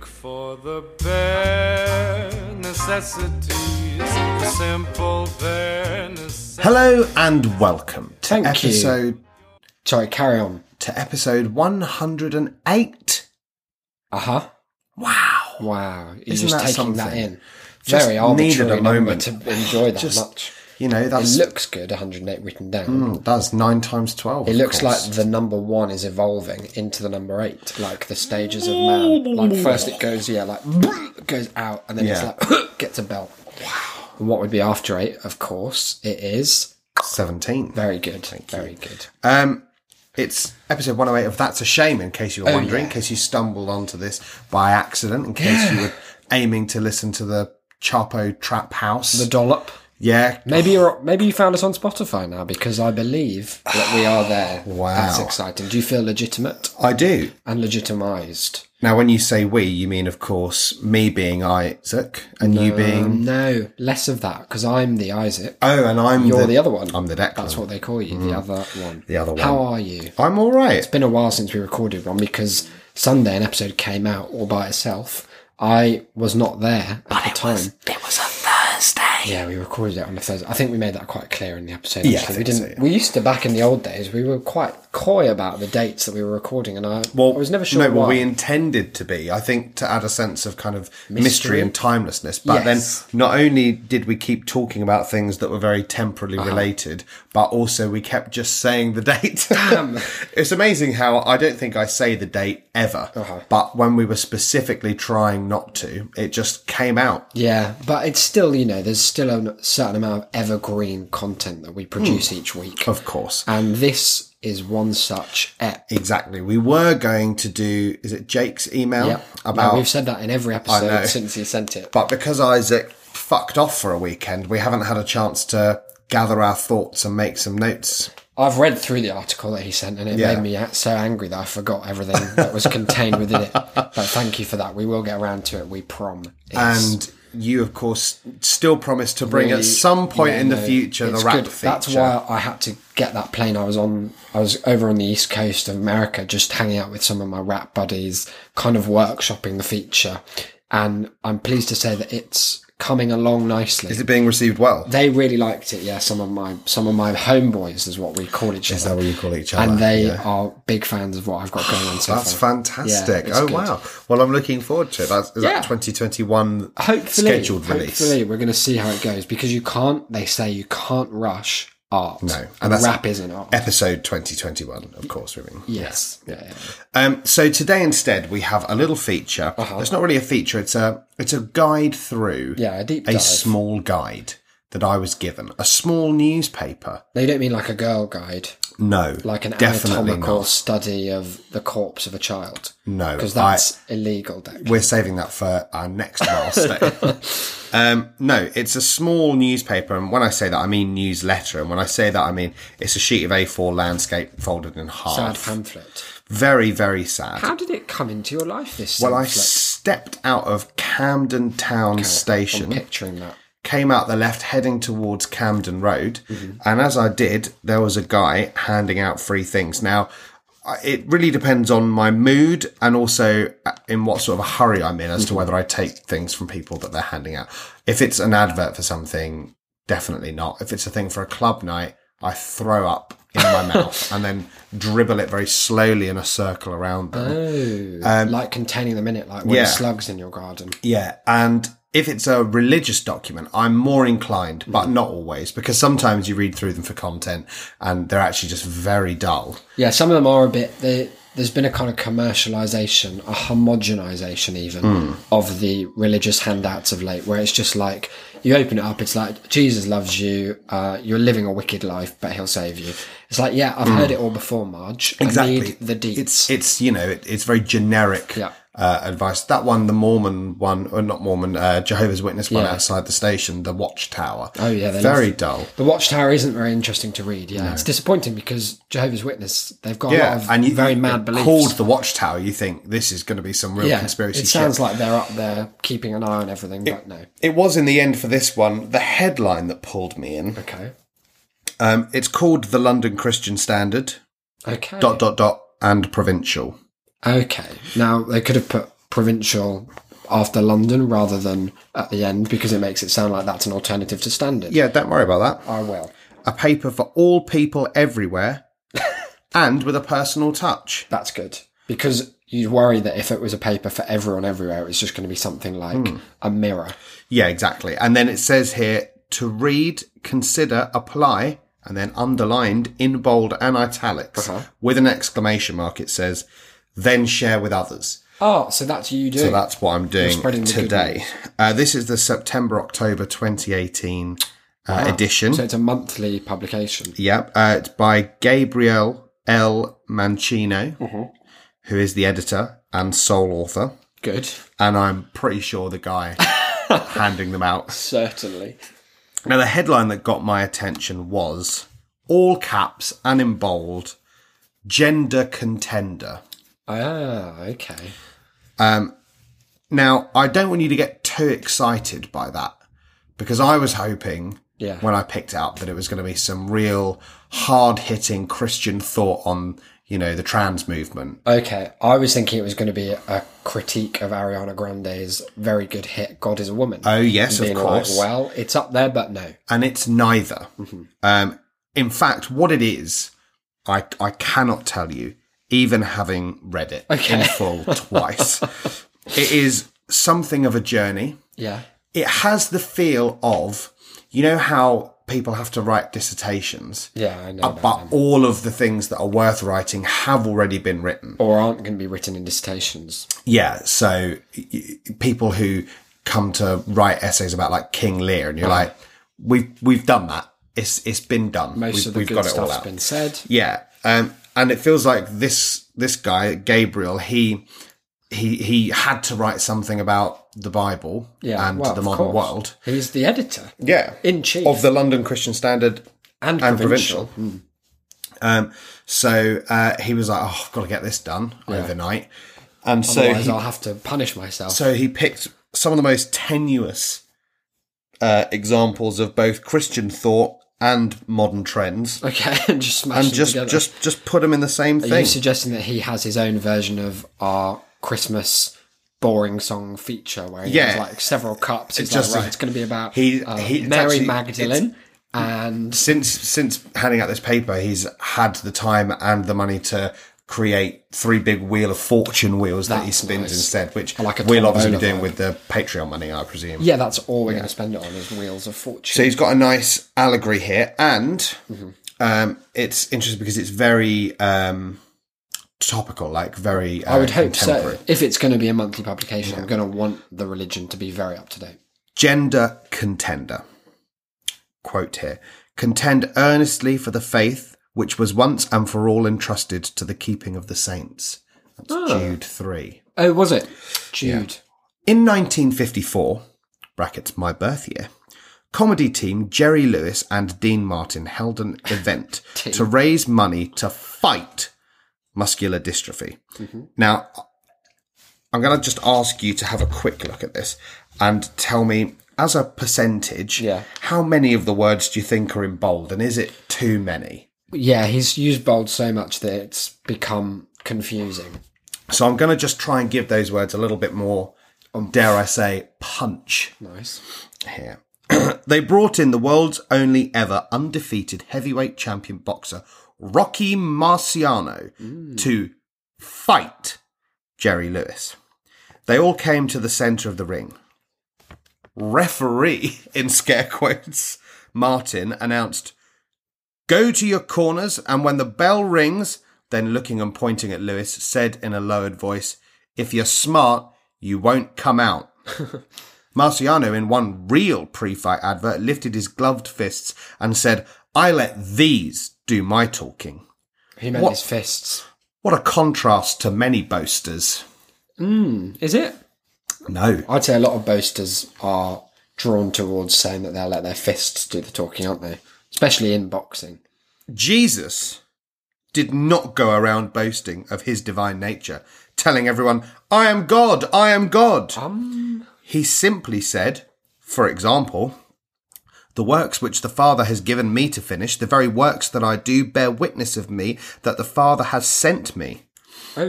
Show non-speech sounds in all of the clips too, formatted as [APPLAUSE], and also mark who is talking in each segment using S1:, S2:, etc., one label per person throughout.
S1: For the bare necessities, simple bare necessities.
S2: Hello and welcome to
S3: Thank you.
S2: episode
S3: Sorry, carry on.
S2: to episode 108.
S3: Uh huh.
S2: Wow.
S3: Wow. You're
S2: Isn't
S3: just
S2: that
S3: taking
S2: something?
S3: that in.
S2: Just
S3: Very arbitrary
S2: needed a
S3: number
S2: moment.
S3: to enjoy that
S2: Just-
S3: much.
S2: You know,
S3: It Hmm,
S2: that's
S3: looks good, 108 written down.
S2: mm, that's 9 times 12. of
S3: It looks
S2: course.
S3: like the number one is evolving into the number eight, like the stages of man. Like first it goes, yeah, like [LAUGHS] it goes out, and then
S2: Yeah.
S3: it's like [LAUGHS] gets a belt. Wow. And what would be after eight? Of course, it is
S2: 17.
S3: very good. very good.
S2: Um, it's episode 108 of That's a Shame, in case you were wondering,
S3: Oh, yeah.
S2: in case you stumbled onto this by accident, in case you were aiming to listen to the Chapo Trap House.
S3: The dollop.
S2: yeah.
S3: Maybe you're. Maybe you found us on Spotify now because I believe that we are [SIGHS] there.
S2: Wow.
S3: That's exciting. Do you feel legitimate
S2: I do.
S3: and legitimized?
S2: Now, when you say we, you mean, of course, me being Isaac and you being.
S3: No, less of that because I'm the Isaac.
S2: Oh, and I'm
S3: You're the other one.
S2: I'm the Declan. Mm-hmm.
S3: That's what they call you, the other one.
S2: The other one.
S3: How are you?
S2: I'm all right.
S3: been a while since we recorded one because Sunday an episode came out all by itself. I was not there at the time.
S2: It was a Thursday.
S3: yeah, we recorded it on a Thursday. I think we made that quite clear in the episode.
S2: Yeah, I
S3: actually. we
S2: think so,
S3: didn't.
S2: yeah.
S3: We used to back in the old days. We were quite coy about the dates that we were recording, and I,
S2: Well,
S3: I was never sure
S2: No,
S3: why.
S2: well, we intended to be. I think to add a sense of kind of mystery,
S3: Mystery.
S2: and timelessness. But
S3: Yes.
S2: then, not only did we keep talking about things that were very temporally
S3: Uh-huh.
S2: related, but also we kept just saying the [LAUGHS] date. it's amazing how I don't think I say the date ever,
S3: Uh-huh.
S2: but when we were specifically trying not to, it just came out.
S3: yeah, but it's still you know there's still a certain amount of evergreen content that
S2: Hmm.
S3: we produce each week,
S2: Of course.
S3: and this is one such ep.
S2: Exactly. We were going to do. Is it Jake's email
S3: Yep. No,
S2: about
S3: we've said that in every
S2: know.
S3: episode since he sent it.
S2: But because Isaac fucked off for a weekend, we haven't had a chance to gather our thoughts and make some notes.
S3: I've read through the article that he sent, and it
S2: Yeah.
S3: made me a- so angry that I forgot everything that was contained
S2: [LAUGHS]
S3: within it. But thank you for that. We will get around to it. We prom.
S2: And you, of course, still promised to bring at some point in the future the rap feature.
S3: That's why I had to get that plane. I was on. I was over on the east coast of America, just hanging out with some of my rap buddies, kind of workshopping the feature. And I'm pleased to say that it's coming along nicely.
S2: Is it being received well?
S3: they really liked it. Yeah, some of my some of my homeboys is what we call each other.
S2: that what you call each other?
S3: And they
S2: Yeah.
S3: are big fans of what I've got going on so
S2: That's
S3: far.
S2: fantastic.
S3: Yeah, it's
S2: oh,
S3: good.
S2: wow. Well, I'm looking forward to it. That's, is
S3: Yeah.
S2: that
S3: [LAUGHS]
S2: 2021
S3: Hopefully,
S2: scheduled release?
S3: Hopefully, we're going to see how it goes because you can't. They say you can't rush art. No,
S2: and
S3: and
S2: that's-
S3: rap isn't art.
S2: Episode 2021, of course, we mean.
S3: yes. Yeah. yeah.
S2: Um, so today instead we have a little feature. It's not really a feature. It's a it's a guide through.
S3: Uh-huh. Yeah, a deep
S2: a
S3: dive.
S2: small guide that I was given. A small newspaper.
S3: No, you don't mean like a girl guide,
S2: No,
S3: like an
S2: definitely
S3: anatomical
S2: not.
S3: study of the corpse of a child.
S2: No,
S3: because
S2: I-
S3: that's illegal. Though.
S2: we're saving that for our next
S3: [LAUGHS]
S2: milestone. um, no, it's a small newspaper, and when I say that, I mean newsletter, and when I say that, I mean it's a sheet of A4 landscape folded in
S3: Sad
S2: half.
S3: pamphlet.
S2: Very, very sad.
S3: How did it come into your life? This
S2: well, I
S3: pamphlet?
S2: stepped out of Camden Town Station.
S3: I'm picturing that.
S2: came out the left heading towards Camden Road. And as I did, there was a guy handing out free things. Now, I- it really depends on my mood and also uh, in what sort of a hurry I'm in as to whether I take things from people that they're handing out. If it's an advert for something, definitely not. If it's a thing for a club night, I throw up in my [LAUGHS] mouth and then dribble it very slowly in a circle around them.
S3: like containing them in it, like when
S2: Um, yeah.
S3: slugs in your garden.
S2: Yeah, and if it's a religious document, I'm more inclined, but
S3: Mm.
S2: not always, because sometimes you read through them for content and they're actually just very dull.
S3: Yeah, some of them are a bit. They, there's been a kind of commercialization, a homogenization even
S2: Hmm.
S3: of the religious handouts of late, where it's just like you open it up, it's like Jesus loves you, uh, you're living a wicked life, but he'll save you. It's like, yeah, I've heard it all before, Marge. I need the deeds.
S2: Hmm. It's it's you know it, it's very generic
S3: Yeah.
S2: uh, advice. That one, the Mormon one, or not Mormon, uh, Jehovah's Witness one
S3: Yeah.
S2: outside the station, the Watchtower.
S3: Oh, yeah, they
S2: very
S3: love-
S2: dull.
S3: the Watchtower isn't very interesting to read. Yeah, it's disappointing because Jehovah's Witness they've got a lot
S2: Yeah,
S3: of
S2: and you
S3: very
S2: you-
S3: mad beliefs.
S2: called the Watchtower. You think this is going to be some real
S3: yeah,
S2: conspiracy?
S3: it sounds
S2: shit.
S3: like they're up there keeping an eye on everything, but no.
S2: it was in the end for this one the headline that pulled me in.
S3: Okay.
S2: Um, it's called the London Christian Standard.
S3: Okay.
S2: Dot dot dot and provincial.
S3: Okay. Now they could have put provincial after London rather than at the end because it makes it sound like that's an alternative to standard.
S2: Yeah, don't worry about that.
S3: I will.
S2: A paper for all people everywhere [LAUGHS] and with a personal touch.
S3: That's good because you'd worry that if it was a paper for everyone everywhere, it's just going to be something like
S2: Hmm.
S3: a mirror.
S2: Yeah, exactly. And then it says here to read, consider, apply, and then underlined in bold and italics with an exclamation mark. It says, then share with others.
S3: Oh, so that's you doing.
S2: So that's what I'm doing
S3: spreading the good
S2: today. Uh, this is the September October 2018 uh, edition.
S3: so it's a monthly publication.
S2: Yep. Uh, it's by Gabriel L. Mancino, who is the editor and sole author.
S3: Good.
S2: And I'm pretty sure the guy handing them out.
S3: Certainly.
S2: Now, the headline that got my attention was all caps and in bold gender contender.
S3: Ah, okay.
S2: Now, I don't want you to get too excited by that because I was hoping
S3: Yeah.
S2: when I picked it up that it was going to be some real hard hitting Christian thought on, you know, the trans movement.
S3: Okay, I was thinking it was going to be a critique of Ariana Grande's very good hit "God Is a Woman."
S2: Oh, yes, of
S3: Being like,
S2: course.
S3: well, it's up there, but no.
S2: and it's neither.
S3: Mm-hmm.
S2: Um, in fact, what it is, I I cannot tell you, even having read it in
S3: [LAUGHS]
S2: full twice. It is something of a journey.
S3: Yeah.
S2: It has the feel of, you know, how people have to write dissertations,
S3: Yeah, I know. About
S2: but all of the things that are worth writing have already been written.
S3: or aren't going to be written in dissertations.
S2: Yeah, so y- y- people who come to write essays about like King Lear, and you're like, we've we've done that. It's it's been done.
S3: Most
S2: we've,
S3: of the
S2: we've
S3: good stuff's been said.
S2: Yeah, um, and it feels like this this guy Gabriel he he he had to write something about the Bible
S3: Yeah,
S2: and
S3: well,
S2: the
S3: of
S2: modern
S3: course.
S2: world.
S3: He's the editor
S2: Yeah,
S3: in chief
S2: of the London Christian Standard.
S3: and,
S2: and
S3: provincial. Hmm.
S2: Um, so uh, he was like, "Oh, I've got to get this done overnight," and so
S3: Otherwise,
S2: he,
S3: I'll have to punish myself.
S2: so he picked some of the most tenuous uh, examples of both Christian thought and modern trends,
S3: okay, [LAUGHS] and just smash
S2: and
S3: them
S2: just
S3: together.
S2: just just put them in the same
S3: Are
S2: thing.
S3: you suggesting that he has his own version of our Christmas boring song feature where he has
S2: Yeah.
S3: like several cups? It's
S2: just-
S3: like, right, it's going to be about
S2: He-
S3: uh,
S2: he- it's
S3: Mary
S2: actually-
S3: Magdalene and
S2: since since handing out this paper, he's had the time and the money to create three big wheel of fortune wheels that he
S3: That's
S2: spins
S3: nice.
S2: instead, which
S3: I like a
S2: we'll obviously be
S3: tombola
S2: doing with the Patreon money, I presume.
S3: yeah, that's all we're going to spend it on is Wheels of Fortune.
S2: So he's got a nice allegory here, and
S3: Mm-hmm.
S2: um, it's interesting because it's very um, topical, like very. Uh,
S3: I would hope
S2: contemporary.
S3: so. If it's going to be a monthly publication, I'm going to want the religion to be very up to date.
S2: gender contender. Quote here Contend earnestly for the faith which was once and for all entrusted to the keeping of the saints. That's
S3: Ah.
S2: Jude 3.
S3: Oh, was it Jude?
S2: In 1954, brackets my birth year, comedy team Jerry Lewis and Dean Martin held an event to raise money to fight muscular dystrophy. Now, I'm going to just ask you to have a quick look at this and tell me, as a percentage,
S3: Yeah.
S2: how many of the words do you think are in bold and is it too many?
S3: Yeah, he's used bold so much that it's become confusing.
S2: So I'm going to just try and give those words a little bit more, dare I say, punch.
S3: Nice.
S2: here. [CLEARS THROAT] they brought in the world's only ever undefeated heavyweight champion boxer, Rocky Marciano, to fight Jerry Lewis. They all came to the centre of the ring. Referee, [LAUGHS] in scare quotes, Martin announced, Go to your corners, and when the bell rings, then looking and pointing at Lewis, said in a lowered voice, If you're smart, you won't come out. Marciano, in one real pre fight advert, lifted his gloved fists and said, I let these do my talking.
S3: He meant
S2: What?
S3: his fists.
S2: What a contrast to many boasters.
S3: Is it?
S2: No.
S3: I'd say a lot of boasters are drawn towards saying that they'll let their fists do the talking, aren't they? Especially in boxing.
S2: Jesus did not go around boasting of his divine nature, telling everyone, I am God, I am God. He simply said, for example, the works which the Father has given me to finish, the very works that I do, bear witness of me that the Father has sent me.
S3: Oh,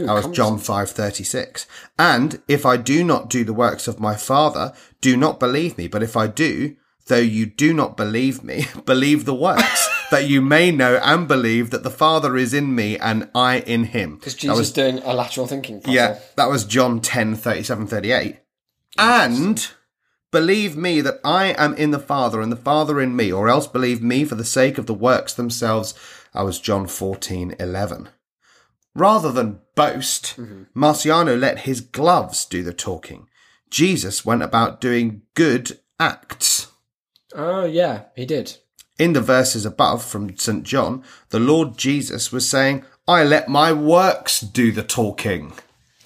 S2: that was
S3: constant.
S2: John five thirty six. And if I do not do the works of my Father, do not believe me. But if I do, though you do not believe me, [LAUGHS] believe the
S3: [LAUGHS]
S2: works, that you may know and believe that the Father is in me and I in him.
S3: Because Jesus doing a lateral thinking puzzle.
S2: Yeah, that was John 10, 37, 38. And believe me that I am in the Father and the Father in me, or else believe me for the sake of the works themselves. I was John 14, 11. Rather than boast, Marciano let his gloves do the talking. Jesus went about doing good acts.
S3: Oh, yeah, he did.
S2: In the verses above from St. John, the Lord Jesus was saying, I let my works do the talking.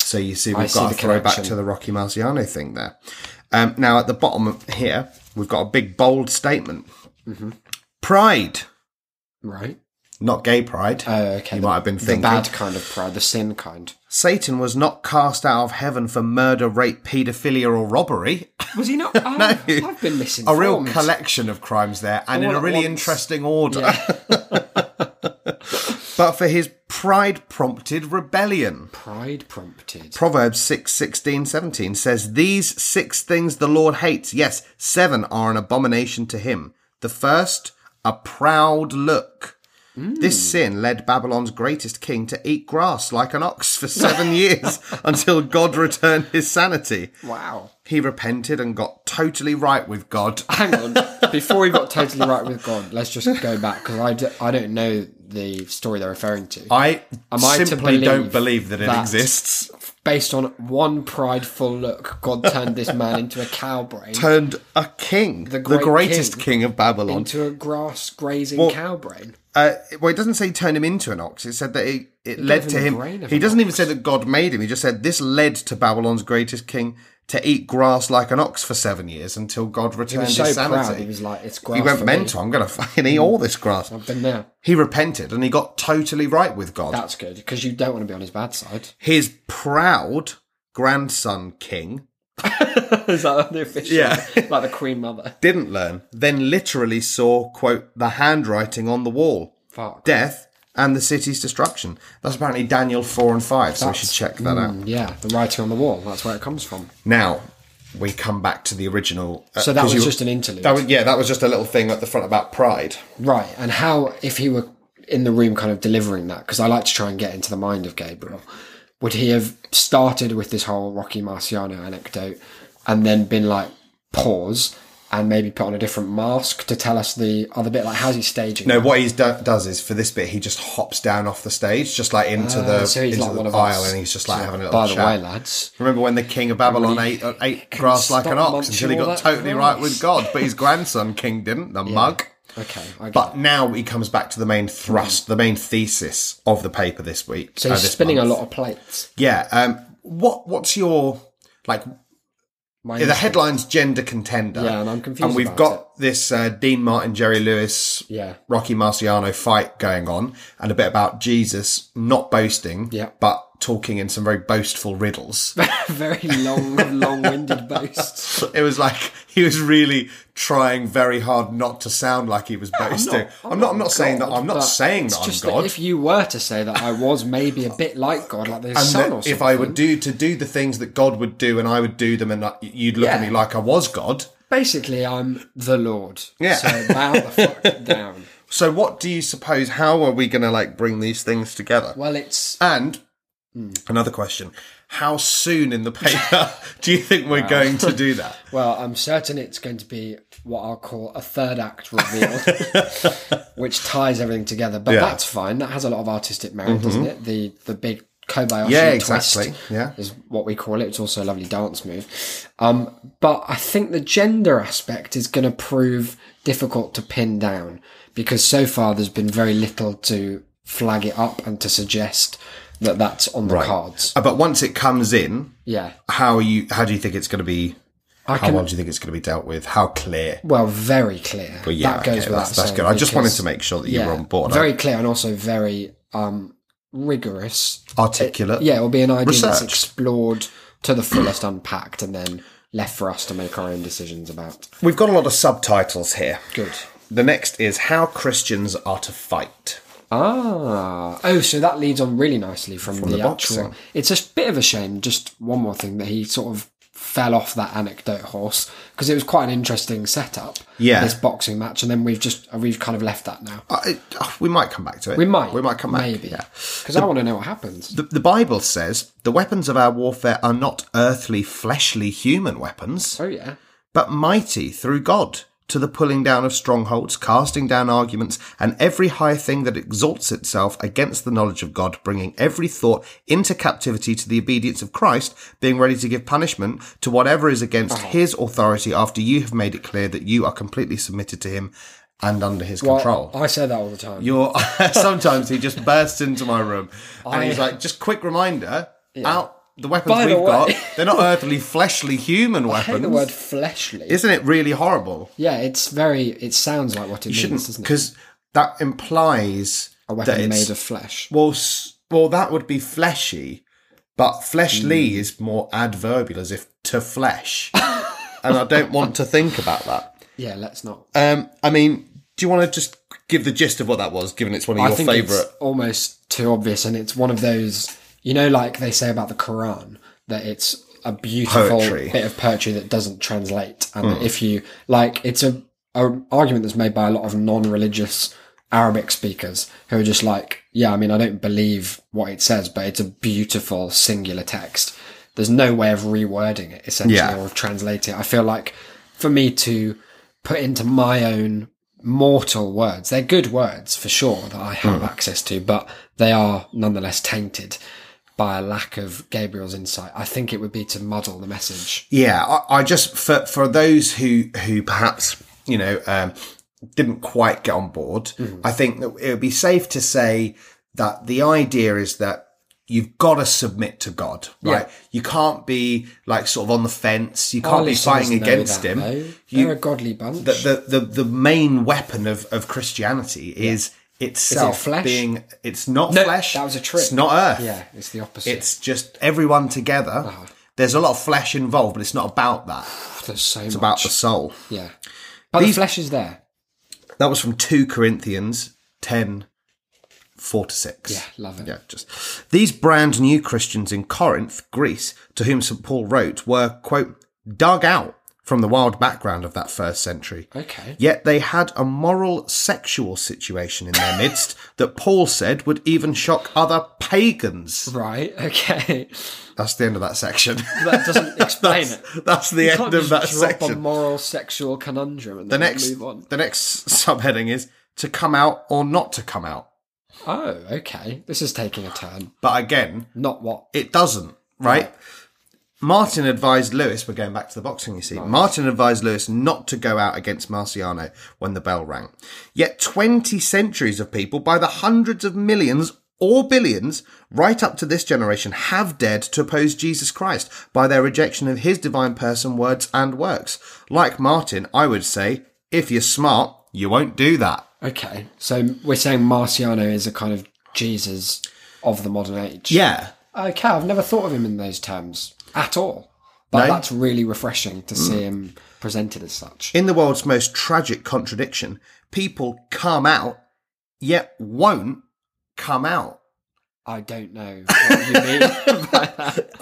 S2: So you see, we've
S3: I see
S2: got a
S3: the
S2: throwback
S3: connection.
S2: to the Rocky Marciano thing there. Um, now, at the bottom of here, we've got a big bold statement
S3: Mm-hmm.
S2: Pride,
S3: Right.
S2: not gay pride.
S3: Oh, okay.
S2: You might have been thinking.
S3: The bad kind of pride, the sin kind.
S2: Satan was not cast out of heaven for murder, rape, paedophilia, or robbery.
S3: Was he [LAUGHS] not? Oh, I've been missing.
S2: A real collection of crimes there, and in
S3: All
S2: a
S3: at
S2: really
S3: once.
S2: interesting order.
S3: Yeah.
S2: [LAUGHS] but for his pride prompted rebellion.
S3: Pride prompted.
S2: Proverbs 6, 16, 17 says, These six things the Lord hates. Yes, seven are an abomination to him. The first, a proud look.
S3: Hmm.
S2: This sin led Babylon's greatest king to eat grass like an ox for
S3: [LAUGHS]
S2: seven years until God returned his sanity.
S3: wow.
S2: He repented and got totally right with God.
S3: Hang on. Before we got totally right with God, let's just go back because I, d- I don't know the story they're referring to.
S2: I
S3: Am I to
S2: simply don't
S3: believe
S2: believe that it
S3: that?
S2: exists.
S3: Based on one prideful look, God turned this man into a cow brain,
S2: Turned a king, the,
S3: great
S2: greatest
S3: king,
S2: king, of Babylon,
S3: into a grass grazing cow brain.
S2: Uh, well, it doesn't say turn him into an ox. It said that it, it led
S3: him
S2: to
S3: the
S2: him.
S3: brain of
S2: He
S3: an
S2: doesn't even say that God made him. He just said this led to Babylon's greatest king to eat grass like an ox for seven years until God returned
S3: was so
S2: his sanity.
S3: proud. He was like, "It's grass."
S2: He went
S3: for
S2: mental. I'm going to fucking eat all this grass.
S3: Me. But now
S2: He repented and he got totally right with God.
S3: that's good because you don't want to be on his
S2: [LAUGHS]
S3: bad side.
S2: his proud grandson king
S3: Is that the official?
S2: Yeah.
S3: like the Queen Mother.
S2: didn't learn. Then literally saw quote the handwriting on the wall,
S3: Fuck.
S2: death, and the city's destruction. That's apparently Daniel four and five. so we should check that out.
S3: Yeah, the writing on the wall. That's where it comes from.
S2: Now we come back to the original. uh,
S3: So that
S2: 'cause
S3: was
S2: you-
S3: just an interlude,
S2: That was, yeah, that was just a little thing at the front about pride.
S3: right? And how if he were in the room, kind of delivering that? Because I like to try and get into the mind of Gabriel. Would he have started with this whole Rocky Marciano anecdote and then been like pause and maybe put on a different mask to tell us the other bit? Like, how's he staging?
S2: No,
S3: that?
S2: what he do- does is for this bit, he just hops down off the stage, just like into the
S3: Ah, Uh, so he's
S2: into
S3: like
S2: the
S3: one of
S2: aisle,
S3: us.
S2: and he's just like having a little
S3: by the
S2: chat.
S3: way, lads.
S2: Remember when the king of Babylon ate, uh, ate grass like an
S3: stop
S2: ox until he
S3: munching all
S2: got
S3: that
S2: totally
S3: grass.
S2: right with God, but his grandson king didn't. The mug.
S3: Okay, I get
S2: But
S3: it.
S2: now he comes back to the main thrust, the main thesis of the paper this week.
S3: so
S2: uh,
S3: he's
S2: this
S3: spinning
S2: month.
S3: a lot of plates.
S2: Yeah. Um, what What's your like?
S3: My
S2: Yeah, the headline's gender contender.
S3: Yeah, and I'm confused
S2: And we've
S3: about
S2: got this uh, Dean Martin, Jerry Lewis,
S3: Yeah.
S2: Rocky Marciano fight going on, and a bit about Jesus not boasting,
S3: Yeah.
S2: but talking in some very boastful
S3: [LAUGHS]
S2: riddles.
S3: very long, long-winded boasts.
S2: it was like he was really trying very hard not to sound like he was boasting. I'm not. I'm not, saying that. I'm [LAUGHS] not
S3: but
S2: saying
S3: it's
S2: that I'm
S3: just
S2: God.
S3: That if you were to say that I was maybe a bit like God, like the
S2: and
S3: son
S2: that
S3: or something.
S2: if I would do to do the things that God would do, and I would do them, and uh, you'd look at
S3: Yeah.
S2: me like I was God.
S3: Basically, I'm the Lord.
S2: Yeah.
S3: So bow the fuck down.
S2: So, what do you suppose? How are we going to like bring these things together?
S3: Well, hmm. it's
S2: And another question: How soon in the paper [LAUGHS] do you think we're going to do
S3: [LAUGHS]
S2: that?
S3: well, I'm certain it's going to be what I'll call a third act reveal,
S2: [LAUGHS]
S3: which ties everything together. But
S2: Yeah. Mm-hmm.
S3: that's fine. That has a lot of artistic merit, doesn't it? The the big Kobayashi
S2: Yeah,
S3: twist
S2: exactly. Yeah.
S3: is what we call it. It's also a lovely dance move. Um, but I think the gender aspect is going to prove difficult to pin down because so far there's been very little to flag it up and to suggest that that's on the cards.
S2: Uh, But once it comes in,
S3: Yeah.
S2: how are you? How do you think it's going to be?
S3: I
S2: How
S3: can-
S2: well do you think it's going to be dealt with? How clear?
S3: Well, very clear.
S2: But yeah,
S3: that goes
S2: okay,
S3: without
S2: that's, that's
S3: saying
S2: good. I just wanted
S3: because-
S2: to make sure that you
S3: yeah,
S2: were on board.
S3: Very clear and also very um, rigorous.
S2: articulate.
S3: Yeah, it will be an idea that's
S2: Research.
S3: explored to the fullest, [CLEARS THROAT] unpacked, and then left for us to make our own decisions about.
S2: We've got a lot of subtitles here.
S3: Good.
S2: The next is How Christians Are to Fight.
S3: Ah. Oh, so that leads on really nicely from, the,
S2: the boxing.
S3: actual. It's a sh- bit of a shame, just one more thing, that he sort of fell off that anecdote horse because it was quite an interesting setup.
S2: Yeah.
S3: This boxing match, and then we've just, we've kind of left that now.
S2: I, oh, we might come back to it.
S3: We might.
S2: We might come back.
S3: Maybe.
S2: Yeah.
S3: Because I want to know what happens.
S2: The, the Bible says the weapons of our warfare are not earthly, fleshly, human weapons,
S3: oh, yeah.
S2: but mighty through God to the pulling down of strongholds, casting down arguments, and every high thing that exalts itself against the knowledge of God, bringing every thought into captivity to the obedience of Christ, being ready to give punishment to whatever is against
S3: Uh-huh.
S2: his authority after you have made it clear that you are completely submitted to him and under his control.
S3: I say that all the time.
S2: You're [LAUGHS] sometimes he just bursts into my room and
S3: I-
S2: he's like, just quick reminder, out the weapons
S3: By the
S2: we've got,
S3: way-
S2: they're not earthly, fleshly, human
S3: [LAUGHS] I hate
S2: weapons.
S3: the word fleshly.
S2: Isn't it really horrible?
S3: yeah, it's very, it sounds like what it means,
S2: Shouldn't
S3: doesn't it?
S2: because that implies
S3: A
S2: that
S3: weapon
S2: it's-
S3: made of flesh.
S2: well, s- well, that would be fleshy, but fleshly
S3: Hmm.
S2: is more adverbial, as if to flesh, [LAUGHS] and I don't want to think about that.
S3: Yeah, let's not.
S2: Um, I mean, do you want to just give the gist of what that was, given it's one of
S3: I
S2: your
S3: think
S2: favourite?
S3: it's almost too obvious, and it's one of those, you know, like they say about the Quran, that it's a beautiful
S2: Poetry.
S3: bit of poetry that doesn't translate. And if you like, it's a, a argument that's made by a lot of non-religious Arabic speakers who are just like, yeah, I mean, I don't believe what it says, but it's a beautiful singular text. There's no way of rewording it essentially
S2: Yeah.
S3: or of translating it. I feel like for me to put into my own mortal words. They're good words for sure that I have access to, but they are nonetheless tainted by a lack of Gabriel's insight. I think it would be to muddle the message.
S2: Yeah, I, I just for for those who who perhaps you know um, didn't quite get on board,
S3: Mm.
S2: I think that it would be safe to say that the idea is that you've got to submit to God, right? You can't be like sort of on the fence. You can't be
S3: Our listeners
S2: fighting
S3: know
S2: against
S3: that,
S2: him.
S3: though.
S2: You-
S3: They're a godly bunch.
S2: the, the the the main weapon of of Christianity is itself
S3: flesh?
S2: being it's not
S3: No,
S2: flesh.
S3: that was a trick.
S2: It's not earth.
S3: yeah, it's the opposite.
S2: It's just everyone together.
S3: Ah.
S2: There's a lot of flesh involved, but it's not about that.
S3: There's so much.
S2: It's about the soul.
S3: yeah. But the flesh is there.
S2: That was from 2 Corinthians 10 4 to 6.
S3: Yeah, love it.
S2: Yeah, just. These brand new Christians in Corinth, Greece, to whom St. Paul wrote, were, quote, dug out from the wild background of that first century.
S3: Okay.
S2: Yet they had a moral sexual situation in their
S3: [LAUGHS]
S2: midst that Paul said would even shock other pagans.
S3: Right. [LAUGHS] Okay.
S2: That's the end of that section. [LAUGHS]
S3: That [LAUGHS] doesn't explain it.
S2: That's the
S3: You
S2: end
S3: can't
S2: of
S3: just
S2: that
S3: drop a
S2: section.
S3: moral sexual conundrum and
S2: The
S3: then
S2: next,
S3: move on.
S2: the next subheading is to come out or not to come out.
S3: Oh, okay. This is taking a turn.
S2: But again,
S3: Not what
S2: it doesn't, right? Martin advised Lewis, we're going back to the boxing, you see. Martin advised Lewis not to go out against Marciano when the bell rang. Yet 20 centuries of people, by the hundreds of millions or billions, right up to this generation, have dared to oppose Jesus Christ by their rejection of his divine person, words, and works. Like Martin, I would say, if you're smart, you won't do that.
S3: Okay, so we're saying Marciano is a kind of Jesus of the modern age.
S2: Yeah.
S3: Okay, Uh, I've never thought of him in those terms at all. But that's really refreshing to see him presented as [LAUGHS] such.
S2: In the world's most tragic contradiction, people come out yet won't come out.
S3: I don't know what you [LAUGHS] mean.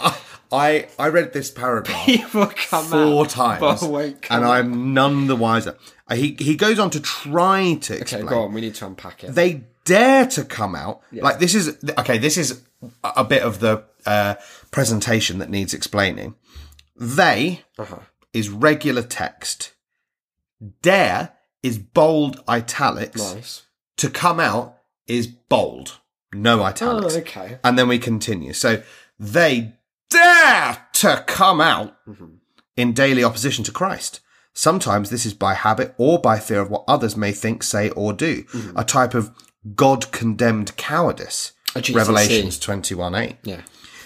S2: I I read this paragraph
S3: People [LAUGHS] come
S2: four
S3: out,
S2: times,
S3: but won't come
S2: and
S3: out.
S2: I'm none the wiser. Uh, He he goes on to try to
S3: Okay,
S2: explain.
S3: go on. We need to unpack it.
S2: They dare to come out. Like this is okay. This is a a bit of the uh, presentation that needs explaining. They
S3: Uh-huh.
S2: is regular text. Dare is bold italics.
S3: nice.
S2: to come out is bold, no
S3: Oh,
S2: italics.
S3: okay.
S2: And then we continue. So they dare to come out
S3: Mm-hmm.
S2: in daily opposition to Christ. Sometimes this is by habit or by fear of what others may think, say, or do.
S3: Mm-hmm.
S2: A type of God condemned cowardice.
S3: A GCC.
S2: Revelations 21 8.
S3: Yeah.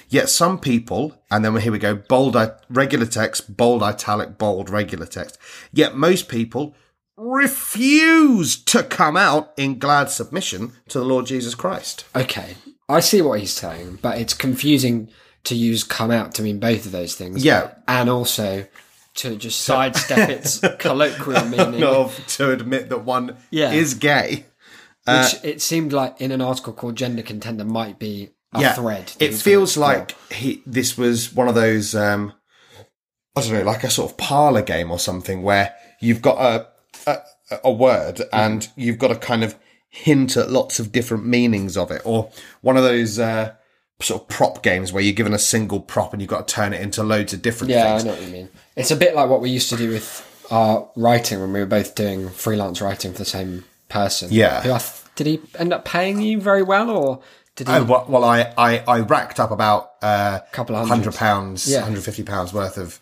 S2: Yet some people, and then here we go, bold, i- regular text, bold, italic, bold, regular text. Yet most people refuse to come out in glad submission to the Lord Jesus Christ.
S3: Okay. I see what he's saying, but it's confusing to use come out to mean both of those things.
S2: Yeah.
S3: And also to just [LAUGHS]
S2: [LAUGHS]
S3: sidestep its colloquial meaning.
S2: Of to admit that one
S3: Yeah.
S2: is gay.
S3: Which it seemed like in an article called Gender Contender might be a thread. that
S2: It
S3: he's
S2: feels
S3: gonna-
S2: like he this was one of those um I don't know, like a sort of parlor game or something where you've got a a, a word
S3: Mm-hmm.
S2: and you've got to kind of hint at lots of different meanings of it, or one of those uh sort of prop games where you're given a single prop and you've got to turn it into loads of different
S3: Yeah, I
S2: things.
S3: know what you mean. It's a bit like what we used to do with our writing when we were both doing freelance writing for the same person.
S2: Yeah.
S3: Who I th- did he end up paying you very well, or did he?
S2: Oh, well, well, I, I, I racked up about uh,
S3: Couple of
S2: hundred
S3: hundreds.
S2: pounds,
S3: Yeah.
S2: hundred fifty pounds worth of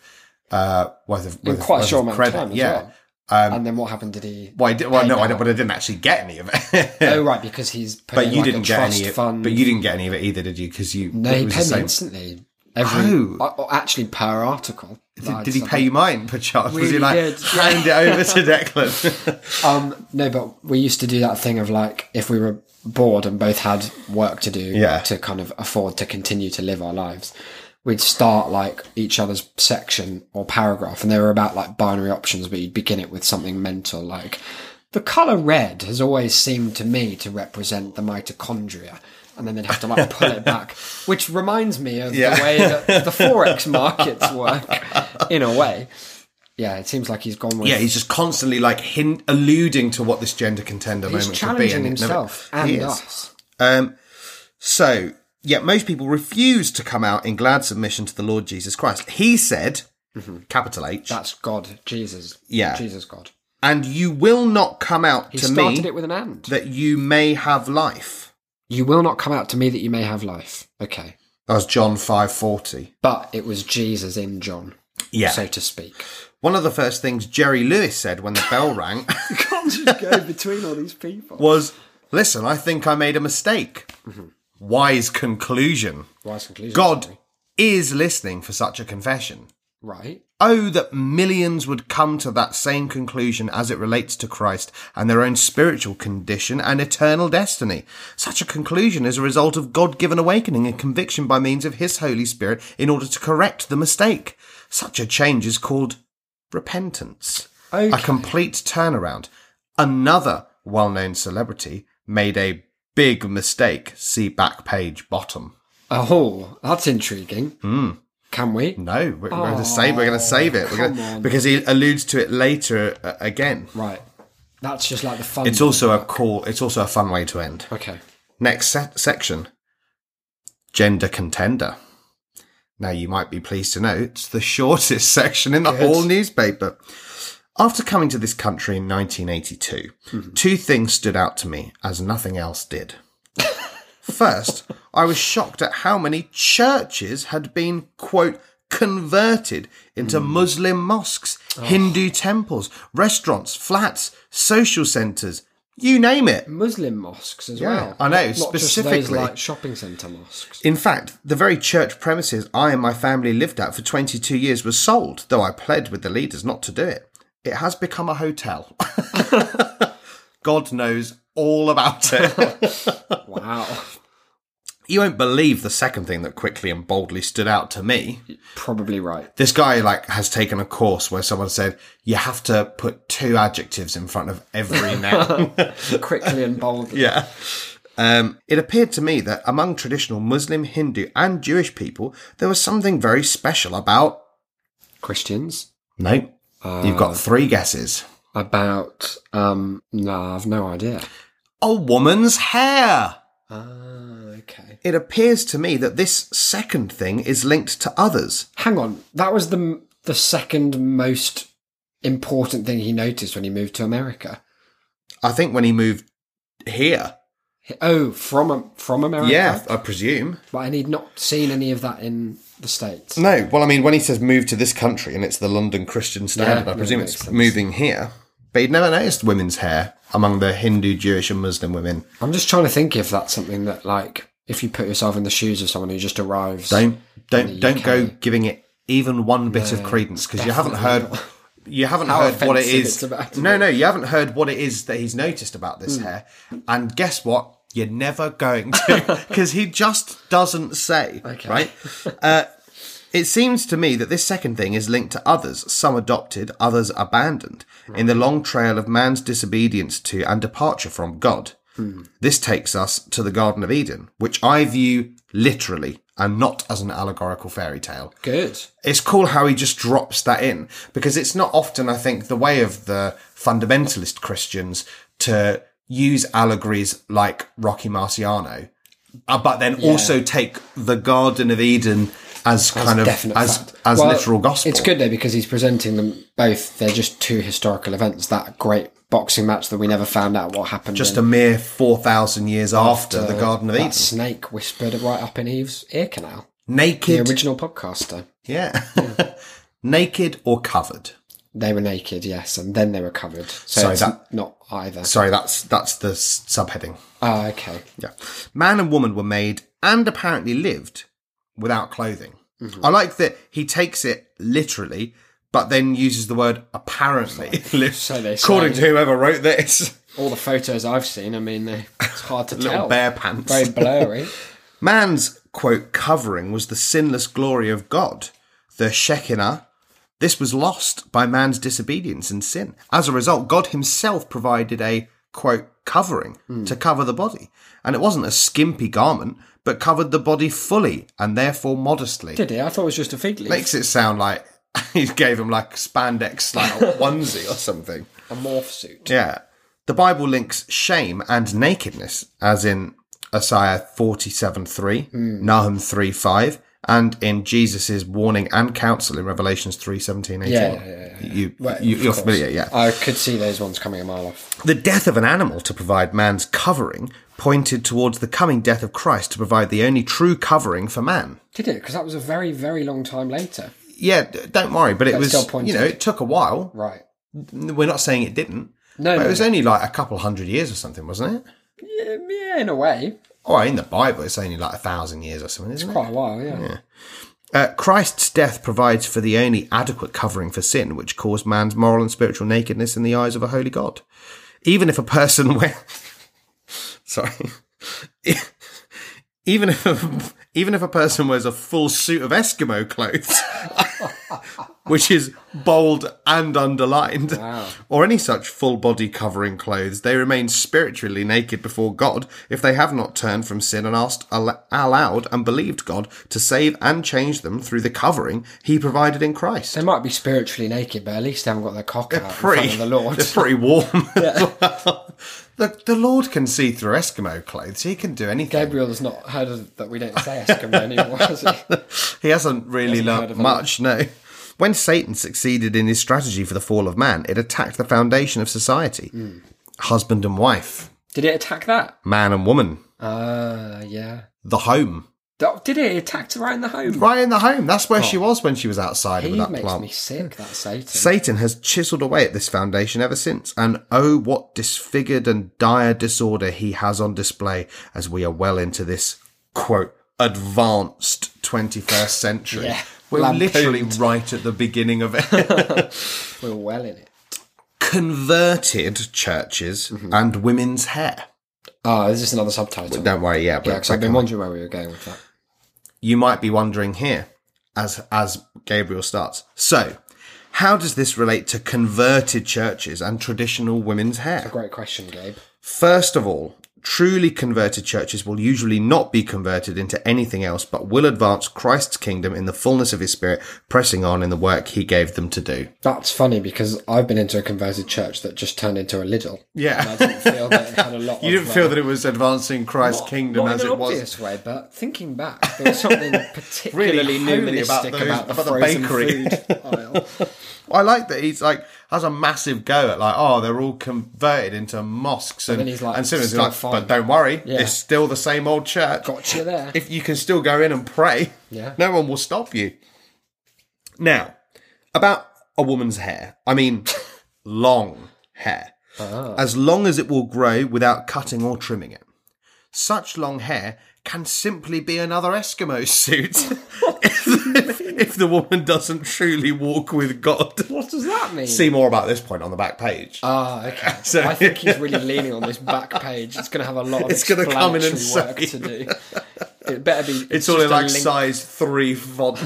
S2: uh, worth of worth of-
S3: quite a
S2: worth
S3: short
S2: of
S3: amount of
S2: credit.
S3: time as
S2: yeah,
S3: well. and then what happened? Did he?
S2: Well, I did, well
S3: pay
S2: no, I
S3: now?
S2: don't, but I didn't actually get any of it. [LAUGHS]
S3: Oh, right, because he's.
S2: but
S3: Putting
S2: you
S3: like
S2: didn't
S3: a
S2: get
S3: trust
S2: any. of-
S3: Fund.
S2: But you didn't get any of it either, did you? Because you
S3: No,
S2: it
S3: he
S2: was
S3: paid
S2: the
S3: me
S2: same.
S3: instantly. Every,
S2: Oh.
S3: or- or actually per article. that I'd
S2: Did he
S3: sent.
S2: pay you mine? Perchance was
S3: Really
S2: he like
S3: did.
S2: hand it over
S3: [LAUGHS]
S2: to Declan?
S3: Um, no, but we used to do that thing of like if we were bored and both had work to do
S2: Yeah.
S3: to kind of afford to continue to live our lives, we'd start like each other's section or paragraph, and they were about like binary options, but you'd begin it with something mental like the color red has always seemed to me to represent the mitochondria. And then they'd have to like pull it
S2: [LAUGHS]
S3: back, which reminds me of the
S2: Yeah.
S3: way that the
S2: [LAUGHS]
S3: forex markets work, in a way. Yeah, it seems like he's gone with
S2: yeah, he's just constantly like hint, alluding to what this gender contender
S3: He's
S2: moment should be, and
S3: challenging
S2: it never-
S3: himself and
S2: He is.
S3: us.
S2: Um, so, yeah, most people refuse to come out in glad submission to the Lord Jesus Christ. He said,
S3: Mm-hmm.
S2: capital H,
S3: That's God, Jesus.
S2: Yeah.
S3: Jesus, God.
S2: and you will not come out
S3: He
S2: to me
S3: started it with an and.
S2: that you may have life.
S3: you will not come out to me that you may have life. Okay.
S2: That was John 5.40.
S3: But it was Jesus in John,
S2: Yeah.
S3: so to speak.
S2: One of the first things Jerry Lewis said when the bell rang
S3: You can't just go [LAUGHS] between all these
S2: [LAUGHS]
S3: people.
S2: was, Mm-hmm. listen, I think I made a mistake. Wise conclusion.
S3: Wise conclusion.
S2: God
S3: sorry.
S2: is listening for such a confession.
S3: Right.
S2: Oh, that millions would come to that same conclusion as it relates to Christ and their own spiritual condition and eternal destiny. Such a conclusion is a result of God given awakening and conviction by means of His Holy Spirit in order to correct the mistake. Such a change is called repentance. A
S3: Okay.
S2: complete turnaround. Another well known celebrity made a big mistake. See back page bottom.
S3: Oh, that's intriguing.
S2: Hmm.
S3: Can we?
S2: No, we're, we're going to save. We're going to save it. We're
S3: come
S2: gonna,
S3: on.
S2: because he alludes to it later uh, again.
S3: Right. That's just like the fun.
S2: It's
S3: bit.
S2: also a cool. It's also a fun way to end.
S3: Okay.
S2: Next se- section: gender contender. Now you might be pleased to know it's the shortest [LAUGHS] section in the whole newspaper. After coming to this country in 1982, two things stood out to me as nothing else did. First, I was shocked at how many churches had been, quote, converted into Muslim mosques, Hindu temples, restaurants, flats, social centres, you name it.
S3: Muslim mosques as
S2: Yeah,
S3: well.
S2: I know,
S3: Not- not just those,
S2: specifically.
S3: like shopping centre mosques.
S2: In fact, the very church premises I and my family lived at for 22 years was sold, though I pled with the leaders not to do it. It has become a hotel. [LAUGHS] God knows all about it.
S3: Wow. [LAUGHS]
S2: you won't believe the second thing that quickly and boldly stood out to me.
S3: Probably right.
S2: this guy like has taken a course where someone said you have to put two adjectives in front of every noun.
S3: Quickly and boldly.
S2: yeah. Um, it appeared to me that among traditional Muslim, Hindu, and Jewish people, there was something very special about.
S3: Christians.
S2: No, you've got three guesses.
S3: about um no i've no idea
S2: A woman's hair.
S3: ah okay
S2: It appears to me that this second thing is linked to others.
S3: hang on that was the the second most important thing he noticed when he moved to america
S2: I think when he moved here,
S3: He- oh from from america
S2: yeah, I presume.
S3: but and he'd not seen any of that in the states
S2: No, well, I mean, when he says move to this country and it's the London Christian Standard,
S3: Yeah,
S2: I presume
S3: that
S2: it's
S3: makes sense.
S2: moving here. But he'd never noticed women's hair among the Hindu, Jewish, and Muslim women.
S3: i'm just trying to think if that's something that like if you put yourself in the shoes of someone who just arrives
S2: Don't don't
S3: the
S2: don't go
S3: UK.
S2: giving it even one bit of credence because you haven't heard you [LAUGHS] haven't
S3: How
S2: heard what it
S3: offensive
S2: is.
S3: it's about to
S2: No,
S3: be. Hmm.
S2: no, you haven't heard what it is that he's noticed about this hair. And guess what? You're never going
S3: [LAUGHS]
S2: to because he just doesn't say.
S3: Okay. [LAUGHS]
S2: Right. Uh, It seems to me that this second thing is linked to others, some adopted, others abandoned, in the long trail of man's disobedience to and departure from God.
S3: Hmm.
S2: This takes us to the Garden of Eden, which I view literally and not as an allegorical fairy tale
S3: Good.
S2: it's cool how he just drops that in because it's not often, I think, the way of the fundamentalist Christians to use allegories like Rocky Marciano, uh, but then also take the Garden of Eden as kind of
S3: Definite
S2: as
S3: fact.
S2: as
S3: Well,
S2: literal gospel.
S3: It's good though because he's presenting them both. They're just two historical events. That great boxing match that we never found out what happened.
S2: Just a
S3: in,
S2: mere four thousand years after, the Garden of
S3: that
S2: Eden,
S3: snake whispered right up in Eve's ear canal. The
S2: naked,
S3: original podcaster.
S2: yeah, [LAUGHS] naked or covered.
S3: They were naked, yes, and then they were covered. So
S2: Sorry,
S3: it's
S2: that-
S3: not either.
S2: Sorry, that's that's the s- subheading.
S3: Ah, okay.
S2: Yeah. Man and woman were made and apparently lived without clothing.
S3: Mm-hmm.
S2: I like that he takes it literally, but then uses the word apparently.
S3: [LAUGHS] So they
S2: According
S3: say.
S2: to whoever wrote this,
S3: All the photos I've seen, I mean, they- it's hard
S2: [LAUGHS]
S3: to
S2: little
S3: tell.
S2: bare pants.
S3: Very blurry.
S2: Man's quote covering was the sinless glory of God, the Shekinah. This was lost by man's disobedience and sin. As a result, God himself provided a quote covering to cover the body. And it wasn't a skimpy garment, but covered the body fully and therefore modestly.
S3: Did he? I thought it was just a fig leaf.
S2: Makes it sound like [LAUGHS] he gave him like spandex like onesie or something.
S3: a morph suit.
S2: Yeah. The Bible links shame and nakedness, as in Isaiah 47 3,
S3: Hmm.
S2: Nahum 3 5, and in Jesus' warning and counsel in Revelations 3 17 18.
S3: Yeah, yeah, yeah,
S2: You, you,
S3: Of
S2: you're
S3: course.
S2: familiar, yeah.
S3: I could see those ones coming a mile off.
S2: The death of an animal to provide man's covering pointed towards the coming death of Christ to provide the only true covering for man.
S3: Did it? Because that was a very, very long time later.
S2: Yeah, d- don't worry, but it
S3: still
S2: was, you
S3: pointed.
S2: know, it took a while.
S3: Right.
S2: We're not saying it didn't.
S3: No,
S2: but
S3: no,
S2: it was
S3: no.
S2: only like a couple hundred years or something, wasn't it?
S3: Yeah, yeah, in a way.
S2: Or Oh, in the Bible, it's only like a thousand years or something, isn't
S3: Quite a while, yeah.
S2: it? Uh, Christ's death provides for the only adequate covering for sin, which caused man's moral and spiritual nakedness in the eyes of a holy God. Even if a person [LAUGHS] wear, sorry, [LAUGHS] even if a, even if a person wears a full suit of Eskimo clothes, [LAUGHS] which is bold and underlined, or any such full body covering clothes, they remain spiritually naked before God if they have not turned from sin and asked al- aloud and believed God to save and change them through the covering He provided in Christ.
S3: They might be spiritually naked, but at least they haven't got their cock out in
S2: Pretty,
S3: front of the Lord.
S2: they're pretty warm.
S3: [LAUGHS]
S2: as well. the, the Lord can see through Eskimo clothes. He can do anything.
S3: Gabriel's not heard of, that we don't say Eskimo anymore, has he?
S2: he hasn't really
S3: Hasn't heard
S2: learned
S3: of it.
S2: much, no. When Satan succeeded in his strategy for the fall of man, it attacked the foundation of society
S3: Hmm.
S2: husband and wife,
S3: [LAUGHS] Did it attack that?
S2: man and woman,
S3: Uh, yeah.
S2: the home.
S3: That- Did it? It attacked right in the home.
S2: Right in the home. That's where she was when she was outside
S3: Oh. He
S2: with that
S3: makes
S2: plant.
S3: me sick, that Satan.
S2: Satan has chiseled away at this foundation ever since, and oh, what disfigured and dire disorder he has on display as we are well into this quote advanced 21st century.
S3: Yeah.
S2: We're
S3: Lampooned.
S2: literally right at the beginning of
S3: [LAUGHS]
S2: it.
S3: We're well in it.
S2: Converted churches
S3: Mm-hmm.
S2: and women's hair.
S3: Ah, this is another subtitle.
S2: Don't worry, yeah,
S3: Yeah,
S2: but
S3: 'cause I've been wondering where we were going with that.
S2: you might be wondering here as as Gabriel starts. So, how does this relate to converted churches and traditional women's hair?
S3: Great question, Gabe.
S2: First of all, truly converted churches will usually not be converted into anything else, but will advance Christ's kingdom in the fullness of his spirit, pressing on in the work he gave them to do.
S3: That's funny because I've been into a converted church that just turned into a Lidl. [LAUGHS]
S2: Yeah.
S3: And I didn't feel that it had a lot
S2: [LAUGHS] You
S3: of,
S2: didn't feel that it was advancing Christ's kingdom
S3: not
S2: as
S3: in
S2: it
S3: an
S2: was.
S3: obvious way, but thinking back, there
S2: [LAUGHS]
S3: was something particularly
S2: holy
S3: numismatic
S2: about
S3: about,
S2: those-
S3: the
S2: about the
S3: frozen
S2: bakery.
S3: food aisle.
S2: I like that he's like has a massive go at like oh they're all converted into mosques and
S3: then he's like,
S2: and soon
S3: "Still
S2: like
S3: fine."
S2: but don't worry
S3: Yeah.
S2: it's still the same old church
S3: Got you there.
S2: if you can still go in and pray,
S3: Yeah.
S2: no one will stop you. Now, about a woman's hair. I mean, [LAUGHS] long hair.
S3: Ah.
S2: As long as it will grow without cutting or trimming it. Such long hair can simply be another Eskimo [LAUGHS] suit if, if the woman doesn't truly walk with God.
S3: what does that mean?
S2: See more about this point on the back page.
S3: Ah, okay.
S2: [LAUGHS] So-
S3: I think he's really leaning on this back page. It's going to have a lot of
S2: It's
S3: it's
S2: gonna
S3: going to
S2: come in and
S3: work
S2: say-
S3: to do. [LAUGHS] It better be.
S2: It's all in
S3: just a
S2: like
S3: link.
S2: size three font.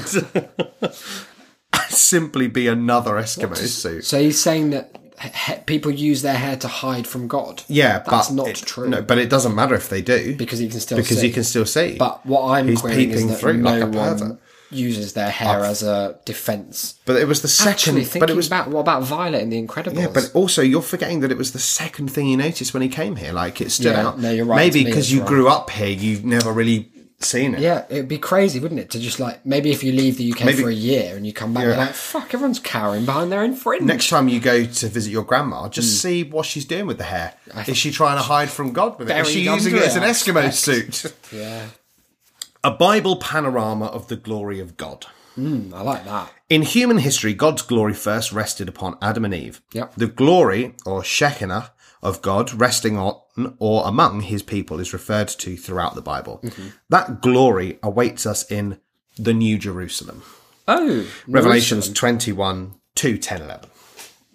S2: [LAUGHS] Simply be another Eskimo suit.
S3: So he's saying that he- people use their hair to hide from God.
S2: Yeah,
S3: that's
S2: but
S3: not
S2: it-
S3: true.
S2: No, but it doesn't matter if they do
S3: because you can still
S2: because
S3: see.
S2: you can still see.
S3: But what I'm
S2: He's
S3: querying
S2: peeping
S3: is that
S2: through
S3: no
S2: like a pervert.
S3: one uses their hair as a defense.
S2: but it was the second.
S3: Actually,
S2: but
S3: thinking
S2: it was
S3: about what about Violet in The Incredibles?
S2: Yeah, but also you're forgetting that it was the second thing you noticed when he came here. Like it stood
S3: Yeah,
S2: out.
S3: no, you're right,
S2: Maybe
S3: to me
S2: because
S3: it's
S2: you
S3: right.
S2: grew up here, you've never really seen it.
S3: yeah, it'd be crazy, wouldn't it? To just like maybe if you leave the UK
S2: Maybe-
S3: for a year and you come back, you're
S2: Yeah.
S3: like fuck, everyone's cowering behind their own fringe.
S2: Next time you go to visit your grandma, just
S3: Mm.
S2: see what she's doing with the hair. Is she trying to hide from God with it? Is she
S3: Buried
S2: using it
S3: under
S2: as
S3: it,
S2: an
S3: I
S2: Eskimo
S3: expect. [LAUGHS]
S2: suit?
S3: yeah,
S2: A Bible panorama of the glory of God.
S3: Mm, I like that.
S2: In human history, God's glory first rested upon Adam and Eve.
S3: Yep.
S2: The glory, or Shekinah, of God resting on or among his people is referred to throughout the Bible. That glory awaits us in the New Jerusalem.
S3: Oh,
S2: Revelations 21, 2, 10, 11.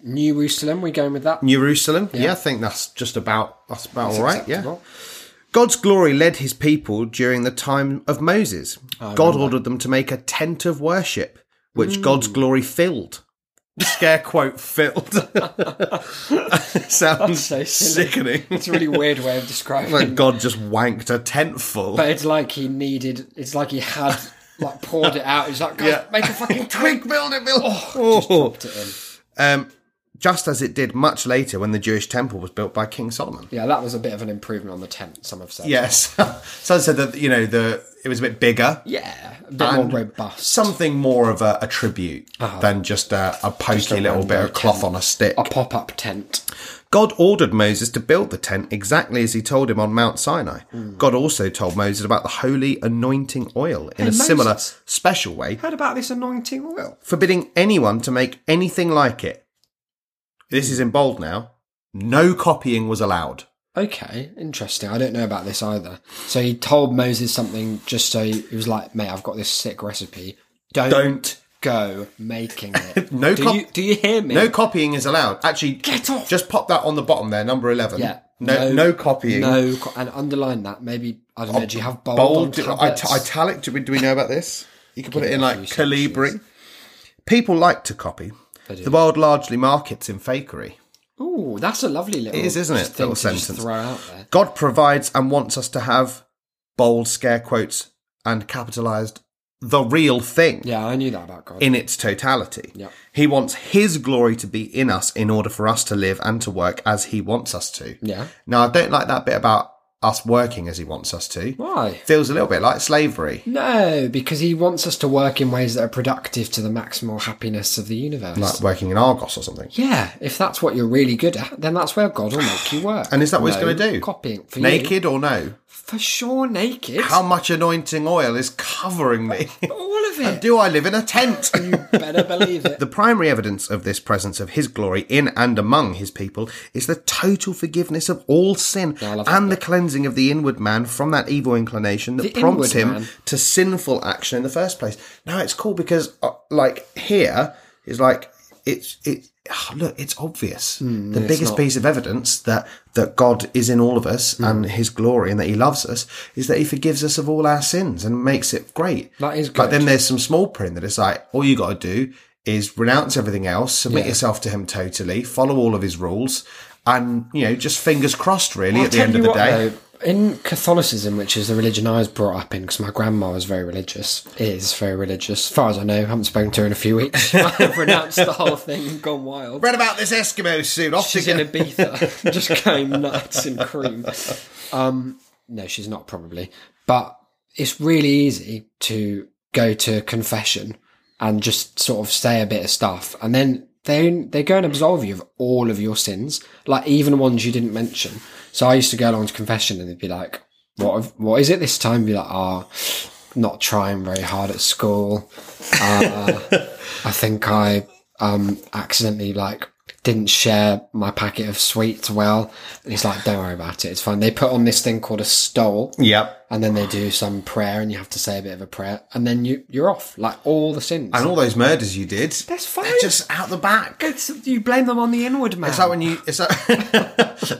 S3: New Jerusalem. We going with that?
S2: New Jerusalem? Yeah, I think that's just about, that's about Mm, all right. Yeah.
S3: acceptable.
S2: God's glory led his people during the time of Moses.
S3: Oh,
S2: God ordered them to make a tent of worship, which God's
S3: Hmm.
S2: glory filled. Scare quote
S3: [LAUGHS]
S2: filled. Sounds
S3: so silly.
S2: sickening.
S3: It's a really weird way of describing.
S2: Like God just wanked a tent full.
S3: But it's like he needed. It's like he had like poured it out. He's like, guys,
S2: Yeah.
S3: [LAUGHS] make a
S2: [LAUGHS]
S3: fucking Oh,
S2: Quick, build it, build it. Oh.
S3: to him.
S2: Um, just as it did much later when the Jewish temple was built by King Solomon.
S3: Yeah, that was a bit of an improvement on the tent. Some have said.
S2: Yes. [LAUGHS] so I said that, you know, the it was a bit bigger.
S3: yeah, a bit
S2: And
S3: more robust.
S2: Something more of a, a tribute than just a, a pokey
S3: Ah. a
S2: little bit
S3: random
S2: of cloth
S3: tent.
S2: on a stick.
S3: A pop-up tent.
S2: God ordered Moses to build the tent exactly as he told him on Mount Sinai.
S3: Hmm.
S2: God also told Moses about the holy anointing oil in a
S3: Moses.
S2: similar, special way,
S3: Heard about this anointing oil?
S2: forbidding anyone to make anything like it. This is in bold now. No copying was allowed.
S3: Okay, interesting. I don't know about this either. So he told Moses something just so he he was like, "Mate, I've got this sick recipe. Don't,
S2: Don't.
S3: go making it."
S2: [LAUGHS] No
S3: do
S2: cop-
S3: you do you hear me?
S2: No copying is allowed. Actually,
S3: Get off.
S2: Just pop that on the bottom there, number eleven.
S3: Yeah.
S2: No, no, copying.
S3: No, co- and underline that. Maybe I don't know. Do you have bold?
S2: bold,
S3: on
S2: it-
S3: tablets?
S2: it- italic. Do we, do we know about this? You can put it in
S3: it a
S2: like
S3: few sentences.
S2: calibri. People like to copy. The world largely markets in fakery.
S3: Ooh, that's a lovely little.
S2: It is, isn't it?
S3: Thing
S2: Little
S3: to just
S2: sentence.
S3: throw out there.
S2: God provides and wants us to have bold scare quotes and capitalized the real thing
S3: Yeah, I knew that about God.
S2: in its totality.
S3: Yeah.
S2: He wants His glory to be in us in order for us to live and to work as He wants us to.
S3: yeah.
S2: Now, I don't like that bit about us working as He wants us to.
S3: Why?
S2: Feels a little bit like slavery.
S3: No, because he wants us to work in ways that are productive to the maximal happiness of the universe.
S2: Like working in Argos or something.
S3: yeah, if that's what you're really good at, then that's where God will make you
S2: [SIGHS]
S3: work.
S2: And is that what he's
S3: No
S2: going to do?
S3: Copying for you.
S2: Naked or no?
S3: for sure, naked.
S2: How much anointing oil is covering me? [LAUGHS]
S3: All of
S2: and
S3: it.
S2: do I live in a tent?
S3: Better believe it.
S2: the primary evidence of this presence of his glory in and among his people is the total forgiveness of all sin
S3: Yeah, I love that
S2: and the cleansing of the inward man from that evil inclination that
S3: The
S2: prompts
S3: inward
S2: him
S3: man.
S2: to sinful action in the first place. Now it's cool because uh, like here is like it's it ah, look it's obvious
S3: Hmm,
S2: the biggest piece of evidence that that God is in all of us
S3: Hmm.
S2: and his glory and that he loves us is that he forgives us of all our sins and makes it great
S3: That is
S2: but
S3: good.
S2: then there's some small print that it's like all you got to do is renounce everything else, submit
S3: Yeah.
S2: yourself to him totally, follow all of his rules, and you know just fingers crossed really
S3: I'll
S2: at the
S3: tell
S2: end of
S3: you
S2: the
S3: what,
S2: day.
S3: though, in Catholicism, which is the religion I was brought up in, because my grandma was very religious, is very religious. As far as I know, I haven't spoken to her in a few weeks. [LAUGHS] I've renounced the whole thing and gone wild.
S2: Read about this Eskimo suit off
S3: She's
S2: to
S3: in
S2: go-
S3: Ibiza, just going nuts in cream. Um, no, she's not probably, but it's really easy to go to confession and just sort of say a bit of stuff, and then they they go and absolve you of all of your sins, like even ones you didn't mention. So I used to go along to confession, and they'd be like, "What have- what is it this time?" Be like, "Ah." not trying very hard at school. I think I um accidentally like didn't share my packet of sweets well. And he's like, Don't worry about it, it's fine. They put on this thing called a stole
S2: Yep.
S3: and then they do some prayer and you have to say a bit of a prayer and then you you're off. Like all the sins.
S2: And all those murders you did,
S3: That's fine.
S2: They're just out the back.
S3: It's- you blame them on the inward
S2: [LAUGHS]
S3: man.
S2: It's like when you. It's like,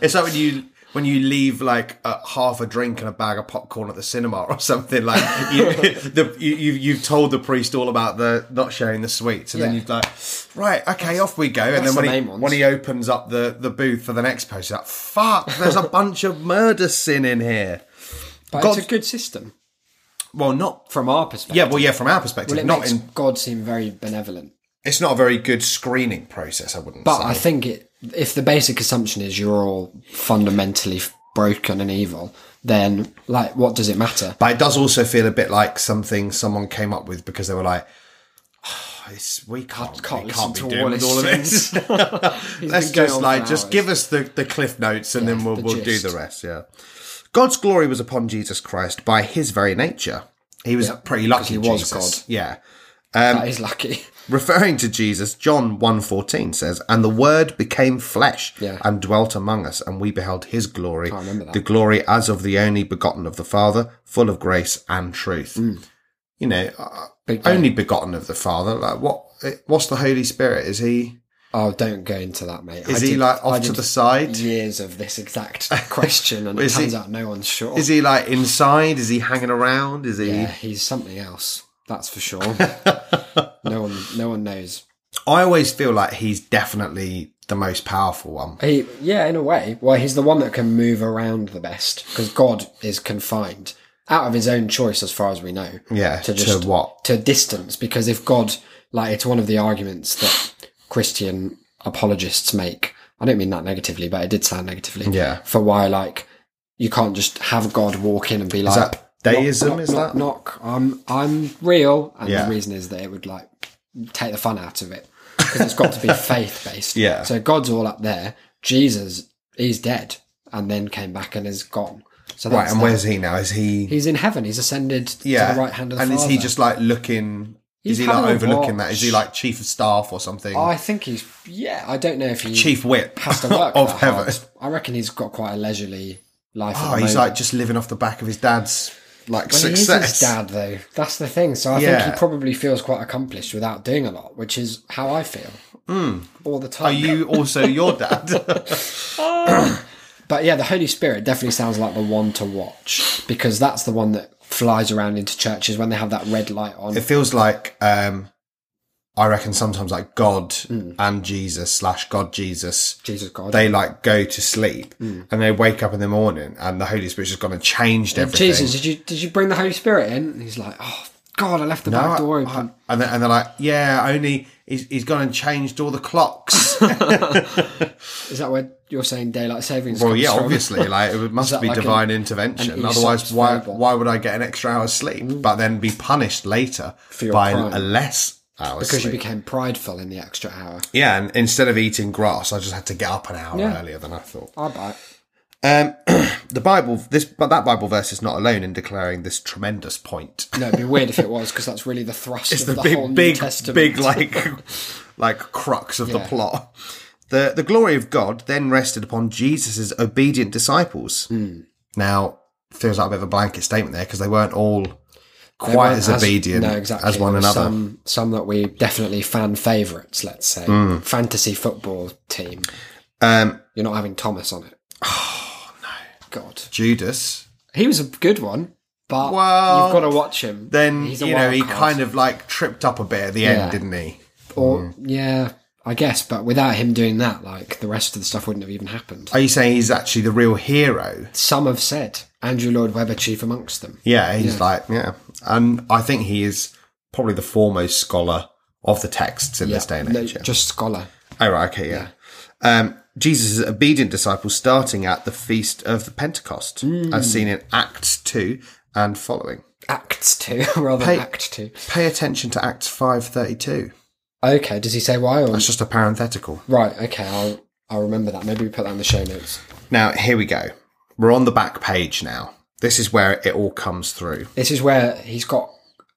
S2: it's like when you when you leave like a, half a drink and a bag of popcorn at the cinema or something. Like
S3: [LAUGHS]
S2: you, the, you, you, you've told the priest all about the not sharing the sweets, and then
S3: Yeah.
S2: you've like, right, okay, off we go. And then
S3: that's
S2: when
S3: the
S2: he
S3: main ones.
S2: when he opens up the the booth for the next post, he's like, fuck, there's
S3: [LAUGHS]
S2: a bunch of murder sin in here.
S3: But
S2: God-
S3: it's a good system
S2: Well, not.
S3: from our perspective.
S2: Yeah, well, yeah, from our perspective,
S3: Well, it
S2: not
S3: makes
S2: in.
S3: God seem very benevolent.
S2: It's not a very good screening process, I wouldn't
S3: But
S2: say.
S3: I think it, if the basic assumption is you're all fundamentally f- broken and evil, then like, what does it matter?
S2: But it does also feel a bit like something someone came up with because they were like, "Oh, it's, we can't,
S3: can't
S2: we
S3: listen
S2: can't be
S3: to
S2: doing
S3: all
S2: with
S3: this
S2: all of this.
S3: [LAUGHS]
S2: Let's
S3: been going
S2: just
S3: on
S2: like,
S3: for
S2: just
S3: hours.
S2: give us the, the cliff notes and then we'll,
S3: the
S2: we'll do
S3: gist.
S2: the rest. Yeah. God's glory was upon Jesus Christ by his very nature. He was pretty lucky.
S3: he was
S2: Jesus.
S3: God.
S2: Yeah. Um,
S3: that is lucky. [LAUGHS]
S2: Referring to Jesus, John 1.14 says, And the word became flesh
S3: Yeah.
S2: and dwelt among us, and we beheld his glory,
S3: remember that.
S2: the glory as of the only begotten of the Father, full of grace and truth.
S3: Mm.
S2: You know, uh,
S3: Big
S2: only begotten of the Father. Like what? What's the Holy Spirit? Is he?
S3: Oh, don't go into that, mate.
S2: Is
S3: I
S2: he
S3: did-
S2: like
S3: I
S2: off to
S3: did
S2: the side?
S3: Years of
S2: [LAUGHS]
S3: this exact question, and it
S2: Is he-
S3: turns out no one's sure.
S2: Is he like inside? Is he hanging around? Is he?
S3: Yeah, he's something else. That's
S2: [LAUGHS]
S3: for sure. no one, no one knows.
S2: I always feel like he's definitely the most powerful one.
S3: He, yeah, in a way. Well, he's the one that can move around the best because God is confined out of his own choice, as far as we know.
S2: Yeah.
S3: to just
S2: to what?
S3: to distance because if God, like, it's one of the arguments that Christian apologists make. I don't mean that negatively, but it did sound negatively.
S2: Yeah.
S3: For why, like, you can't just have God walk in and be
S2: Is
S3: like,
S2: that deism? is that?
S3: knock, knock, I'm, I'm real. And
S2: Yeah.
S3: the reason is that it would, like, take the fun out of it because it's got to
S2: [LAUGHS]
S3: be faith based.
S2: Yeah.
S3: So God's all up there. Jesus is dead and then came back and is gone. So that's
S2: Right, and
S3: that.
S2: where's he now? Is he?
S3: He's in heaven. He's ascended
S2: yeah.
S3: to the right hand of the
S2: and
S3: Father.
S2: is he just like looking? is
S3: He's
S2: he like
S3: having a
S2: overlooking that?
S3: watch.
S2: Is he like chief of staff or something?
S3: I think he's. Yeah, I don't know if he
S2: chief whip [LAUGHS]
S3: has to work
S2: of
S3: that
S2: heaven.
S3: hard. I reckon he's got quite a leisurely life.
S2: Oh, he's like just living off the back of his dad's like
S3: He's
S2: success.
S3: his dad, though. That's the thing. So I think
S2: Yeah.
S3: he probably feels quite accomplished without doing a lot, which is how I feel all the time.
S2: Hmm. Are you also your
S3: [LAUGHS]
S2: dad?
S3: But yeah, the Holy Spirit definitely sounds like the one to watch because that's the one that flies around into churches when they have that red light on.
S2: it feels like um I reckon sometimes like God and Jesus slash God Jesus.
S3: Hmm. Jesus God. Hmm.
S2: They like go to sleep and they wake up in the morning and the Holy Spirit's just gone and changed everything.
S3: Jesus, did you did you bring the Holy Spirit in? And he's like, oh God, I left the
S2: No,
S3: back door
S2: I-
S3: open.
S2: I- and, they're, and they're like, yeah, only he's, he's gone and changed all the clocks. well,
S3: is that where you're saying daylight savings? comes
S2: yeah,
S3: from?
S2: obviously, like
S3: [LAUGHS]
S2: it must
S3: that
S2: be
S3: like an-
S2: divine
S3: an
S2: intervention.
S3: Aesop's
S2: Otherwise, why
S3: fable?
S2: why would I get an extra hour's sleep, but then be punished later
S3: Mm. your
S2: by
S3: crime.
S2: a less hour
S3: because you
S2: sleep?
S3: became prideful in the extra hour.
S2: yeah, and instead of eating grass, I just had to get up an hour
S3: Yeah.
S2: earlier than I thought.
S3: I bite.
S2: Um, [CLEARS THROAT] the Bible, this but that Bible verse is not alone in declaring this tremendous point.
S3: No, it'd be weird if it was because that's really the thrust
S2: It's
S3: of
S2: the,
S3: the,
S2: big,
S3: whole New
S2: big,
S3: Testament.
S2: big,
S3: [LAUGHS]
S2: like, like crux of the
S3: Yeah.
S2: plot. The the glory of God then rested upon Jesus' obedient disciples.
S3: Hmm.
S2: Now feels like a bit of a blanket statement there because they weren't all
S3: They
S2: quite
S3: weren't
S2: as, obedient
S3: no, exactly.
S2: as one
S3: There were
S2: another.
S3: Some, some that we definitely fan favourites, let's say,
S2: Mm.
S3: fantasy football team.
S2: Um,
S3: You're not having
S2: [SIGHS]
S3: Thomas on it. Oh no, God,
S2: Judas.
S3: he was a good one, but
S2: Well,
S3: you've got to watch him.
S2: Then
S3: He's a
S2: you know
S3: wild
S2: he
S3: card.
S2: kind of Mm. like tripped up a bit at the
S3: Yeah.
S2: end, didn't he?
S3: or yeah, I guess. But without him doing that, like the rest of the stuff wouldn't have even happened.
S2: Are you saying he's actually the real hero?
S3: some have said Andrew Lloyd Webber chief amongst them.
S2: Yeah, he's like yeah, and I think he is probably the foremost scholar of the texts in this day and
S3: No,
S2: age. yeah.
S3: just scholar.
S2: Oh, right. Okay. Yeah. Um, Jesus' obedient disciples starting at the feast of the Pentecost, as seen in Acts 2 and following.
S3: Act two [LAUGHS] rather than act two.
S2: Pay attention to Acts 5.32.
S3: Okay, does he say why or
S2: That's just a parenthetical.
S3: right? Okay, I'll I'll remember that. Maybe we put that in the show notes.
S2: Now, here we go. We're on the back page now. This is where it all comes through.
S3: This is where he's got.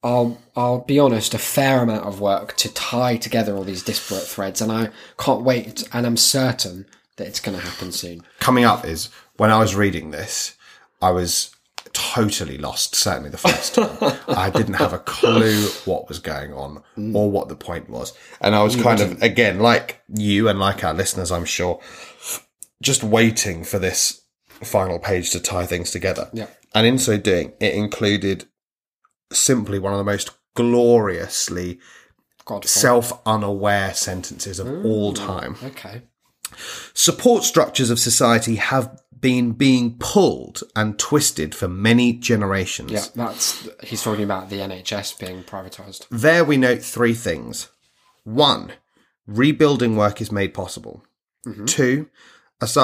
S3: I'll I'll be honest, a fair amount of work to tie together all these disparate threads, and I can't wait. And I'm certain that it's going to happen soon.
S2: Coming up is when I was reading this, I was totally lost, certainly the first time. I didn't have a clue what was going on or what the point was. And I was kind of, again, like you and like our listeners, I'm sure, just waiting for this final page to tie things together.
S3: Yeah.
S2: And in so doing, it included simply one of the most gloriously
S3: God.
S2: self unaware sentences of all time.
S3: Okay.
S2: Support structures of society have been being pulled and twisted for many generations.
S3: Yeah, that's he's talking about the NHS being privatised.
S2: There we note three things. One, rebuilding work is made possible.
S3: Mm-hmm.
S2: Two, ISA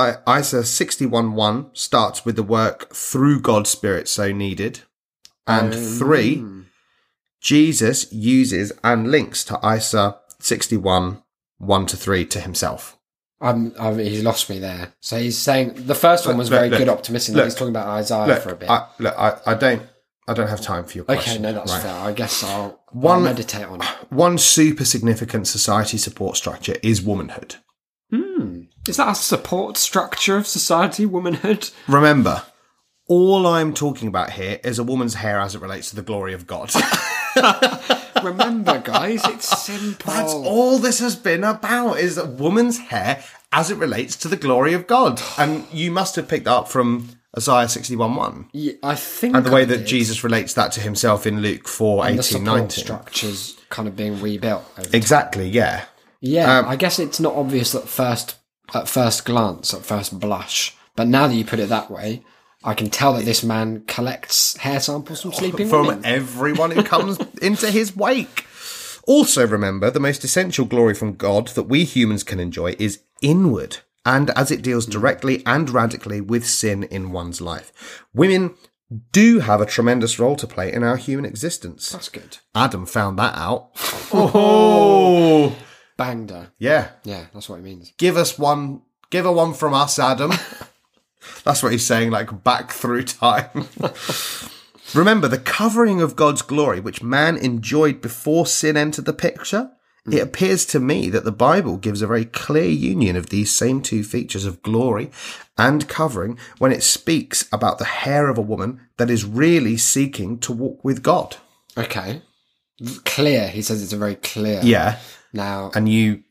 S2: 61.1 starts with the work through God's Spirit so needed. And
S3: Oh,
S2: three, Jesus uses and links to ISA 61, 1 to 3 to himself.
S3: Um, I mean, he's lost me there. So he's saying the first one was very
S2: look,
S3: good, optimistic.
S2: look,
S3: he's talking about Isaiah
S2: Look,
S3: for a bit.
S2: I, look I, I don't I don't have time for your
S3: okay,
S2: question.
S3: no, that's
S2: right
S3: fair. I guess I'll, I'll
S2: One-
S3: meditate on it.
S2: One super significant society support structure is womanhood.
S3: Is that a support structure of society, womanhood?
S2: Remember, all I'm talking about here is a woman's hair as it relates to the glory of God. [LAUGHS] That's
S3: [LAUGHS] Remember, guys, it's simple.
S2: all this has been about is a woman's hair as it relates to the glory of
S3: [SIGHS]
S2: God. And you must have picked that up from Isaiah 61 1.
S3: Yeah, I think
S2: And the way
S3: I
S2: that
S3: did.
S2: Jesus relates that to himself in Luke 4
S3: the
S2: 18
S3: support
S2: 19.
S3: structures kind of being rebuilt. over time.
S2: Exactly, yeah.
S3: Yeah,
S2: Um,
S3: I guess it's not obvious at first at first glance, at first blush. But now that you put it that way, I can tell that this man collects hair samples Oh, from sleeping
S2: from
S3: women.
S2: everyone who comes into his wake. Also, remember the most essential glory from God that we humans can enjoy is inward, and as it deals directly and radically with sin in one's life. Women do have a tremendous role to play in our human existence.
S3: That's good.
S2: Adam found that out. Oh,
S3: Banged her.
S2: [LAUGHS] yeah.
S3: Yeah, that's what it means.
S2: Give us one. Give her one from us,
S3: [LAUGHS]
S2: Adam. That's what he's saying, like back through time. [LAUGHS] Remember the covering of God's glory, which man enjoyed before sin entered the picture?
S3: Hmm.
S2: It appears to me that the Bible gives a very clear union of these same two features of glory and covering when it speaks about the hair of a woman that is really seeking to walk with God.
S3: Okay. Clear. He says it's a very clear.
S2: Yeah.
S3: Now
S2: And you,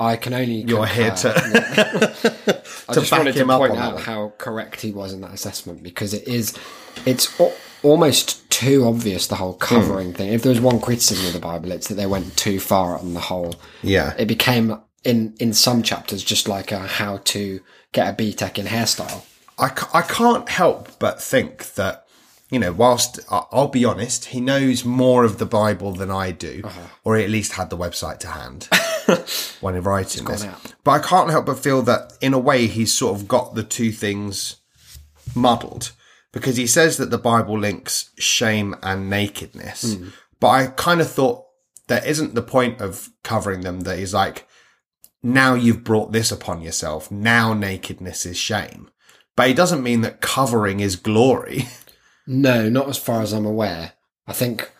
S3: I can only.
S2: you're here
S3: concur.
S2: to,
S3: I
S2: [LAUGHS] to
S3: just
S2: back
S3: wanted to
S2: him up
S3: point
S2: on that.
S3: out
S2: one.
S3: how correct he was in that assessment because it is, it's al- almost too obvious the
S2: Hmm.
S3: whole covering thing. If there was one criticism of the Bible, it's that they went too far on the whole.
S2: Yeah.
S3: it became in in some chapters just like a how to get a B Tech in hairstyle.
S2: I, ca- I can't help but think that, you know, whilst I- I'll be honest, he knows more of the Bible than I do, or he at least had the website to hand when writing this.
S3: out.
S2: But I can't help but feel that, in a way, he's sort of got the two things muddled because he says that the Bible links shame and nakedness. But I kind of thought there isn't the point of covering them that is like, now you've brought this upon yourself. Now nakedness is shame. But it doesn't mean that covering is glory.
S3: No, not as far as I'm aware. I think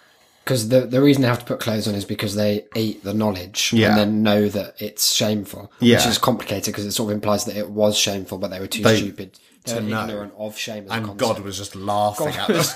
S3: because the the reason they have to put clothes on is because they eat the knowledge
S2: Yeah.
S3: and then know that it's shameful, which
S2: Yeah.
S3: is complicated because it sort of implies that it was shameful, but they were too stupid. They were
S2: know.
S3: ignorant of shame. As a
S2: And God
S3: concept.
S2: was just laughing at us.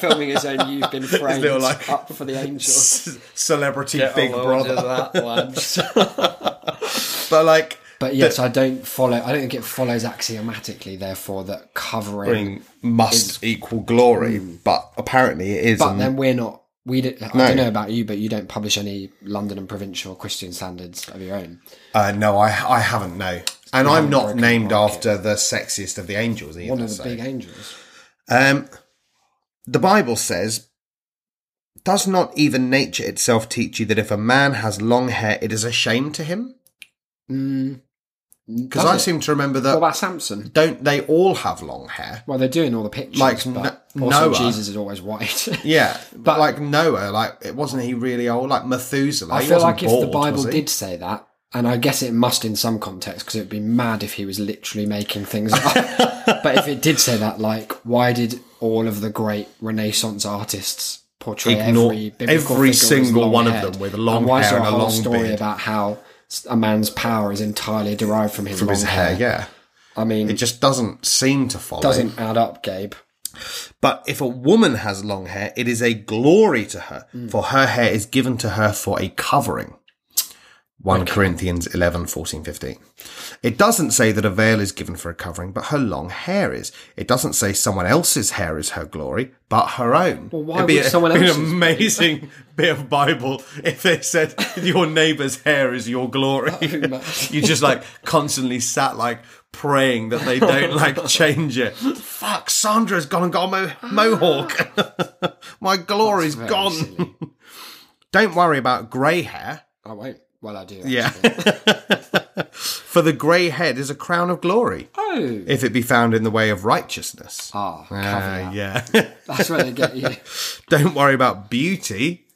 S3: filming his own
S2: [LAUGHS]
S3: "You've Been Framed"
S2: little, like,
S3: up for the angels. Oh,
S2: Celebrity [LAUGHS] Big Brother.
S3: that one.
S2: [LAUGHS] But like,
S3: But yes, I don't follow. I don't think it follows axiomatically, therefore, that covering.
S2: covering must equal glory. But apparently it is.
S3: But
S2: and-
S3: then we're not. We don't, I don't know about you, but you don't publish any London and provincial Christian standards of your own.
S2: Uh, no, I I haven't. No, and I'm not named after the sexiest of the angels either.
S3: One of the
S2: so-
S3: big angels.
S2: um, the Bible says, "Does not even nature itself teach you that if a man has long hair, it is a shame to him?" Because I
S3: it?
S2: seem to remember
S3: What
S2: that
S3: about Samson?
S2: don't they all have long hair?
S3: Well, they're doing all the pictures,
S2: Like
S3: but
S2: No-
S3: also
S2: Noah.
S3: Jesus is always white. [LAUGHS]
S2: Yeah, but
S3: But-
S2: like Noah, like it wasn't he really old? Like Methuselah,
S3: I
S2: he
S3: feel
S2: wasn't
S3: like if
S2: bald,
S3: the Bible
S2: was he?
S3: did say that, and I guess it must in some context, because it'd be mad if he was literally making
S2: [LAUGHS]
S3: things up. but if it did say that, like, why did all of the great Renaissance artists portray
S2: Ignore
S3: every biblical
S2: every
S3: figure as
S2: single one of
S3: long-haired?
S2: them with long
S3: and why is
S2: hair and
S3: there
S2: a
S3: whole
S2: long
S3: story
S2: beard?
S3: about how s- a man's power is entirely derived from his
S2: From
S3: long
S2: his hair, yeah.
S3: I mean,
S2: It just doesn't seem to follow.
S3: doesn't add up, Gabe.
S2: But if a woman has long hair,
S3: Mm.
S2: it is a glory to her, for her hair is given to her for a covering. 1 Corinthians 11, 14, 15. It doesn't say that a veil is given for a covering, but her long hair is. It doesn't say someone else's hair is her glory, but her own. Well,
S3: why
S2: [LAUGHS]
S3: would someone
S2: be
S3: else's
S2: an
S3: be?
S2: amazing bit of Bible if they said your neighbour's hair is your glory.
S3: would be mad.
S2: [LAUGHS] you just like constantly sat like praying that they
S3: [LAUGHS]
S2: don't like change it. Fuck, Sandra's gone and got a mo- mohawk. [LAUGHS] My glory's
S3: Very
S2: gone.
S3: silly.
S2: [LAUGHS] Don't worry about grey hair.
S3: I won't. Oh, Well, I do.
S2: Yeah.
S3: actually.
S2: [LAUGHS] For the grey head is a crown of glory,
S3: Oh.
S2: if it be found in the way of righteousness.
S3: Ah,
S2: Ah,
S3: caveat.
S2: yeah.
S3: [LAUGHS]
S2: [LAUGHS]
S3: That's where they get you.
S2: Don't worry about beauty,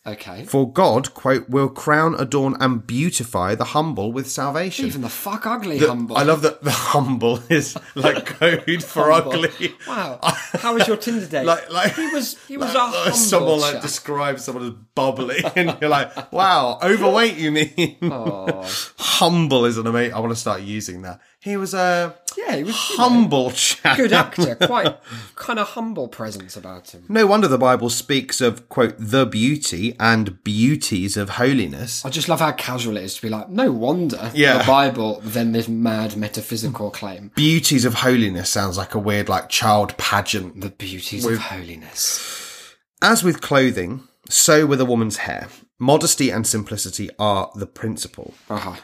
S2: [LAUGHS]
S3: Okay.
S2: for God, quote, will crown, adorn, and beautify the humble with salvation.
S3: Even the fuck ugly
S2: The-
S3: humble.
S2: I love that the humble is like
S3: [LAUGHS]
S2: code for
S3: Humble.
S2: ugly. [LAUGHS]
S3: Wow. How was your Tinder date?
S2: Like, like
S3: he was. He was
S2: like,
S3: a
S2: like
S3: humble
S2: someone like
S3: chap.
S2: describes someone as bubbly, [LAUGHS] and you're like, "Wow, overweight." You mean [LAUGHS] humble is an amazing. I want to start using that. He was a
S3: Yeah, he was, you know,
S2: humble chap. [LAUGHS]
S3: good actor. Quite kind of humble presence about him.
S2: No wonder the Bible speaks of quote the beauty and beauties of holiness.
S3: I just love how casual it is to be like, no wonder
S2: Yeah.
S3: the Bible, then this mad metaphysical claim.
S2: Beauties of holiness sounds like a weird like child pageant
S3: The beauties of holiness.
S2: As with clothing, so with a woman's hair. Modesty and simplicity are the principle,
S3: Uh-huh.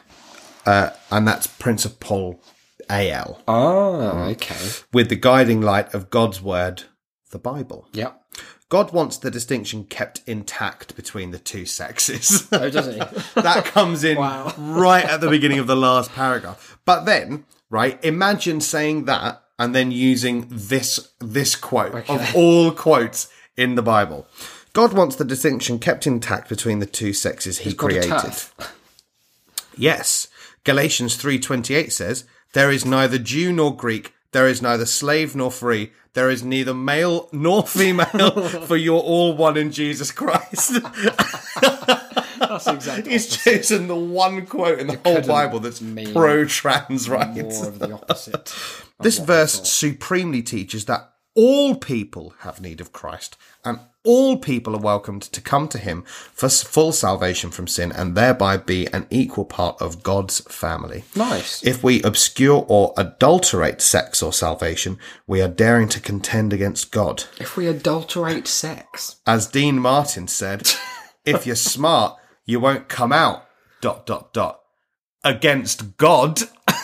S2: and that's principle AL,
S3: Ah, okay.
S2: with the guiding light of God's word, the Bible.
S3: Yep.
S2: God wants the distinction kept intact between the two sexes. [LAUGHS]
S3: Oh, doesn't he?
S2: that comes
S3: [LAUGHS]
S2: in right at the beginning of the last paragraph. But then, right, imagine saying that and then using this this quote of all quotes in the Bible. God wants the distinction kept intact between the two sexes he
S3: God a
S2: created.
S3: turf.
S2: Yes. Galatians 3:28 says, "There is neither Jew nor Greek, there is neither slave nor free, there is neither male nor [LAUGHS] female,
S3: [LAUGHS]
S2: for you're all one in Jesus Christ."
S3: That's exactly
S2: He's chosen the one quote in the whole
S3: couldn't
S2: Bible that's
S3: mean
S2: pro trans
S3: more
S2: rights.
S3: of
S2: [LAUGHS]
S3: the opposite.
S2: This verse supremely teaches that all people have need of Christ and all people are welcomed to come to him for s- full salvation from sin and thereby be an equal part of God's family.
S3: Nice.
S2: If we obscure or adulterate sex or salvation, we are daring to contend against God.
S3: If we adulterate sex,
S2: As Dean Martin
S3: [LAUGHS]
S2: said, if you're smart, you won't come out. Dot dot dot. Against God.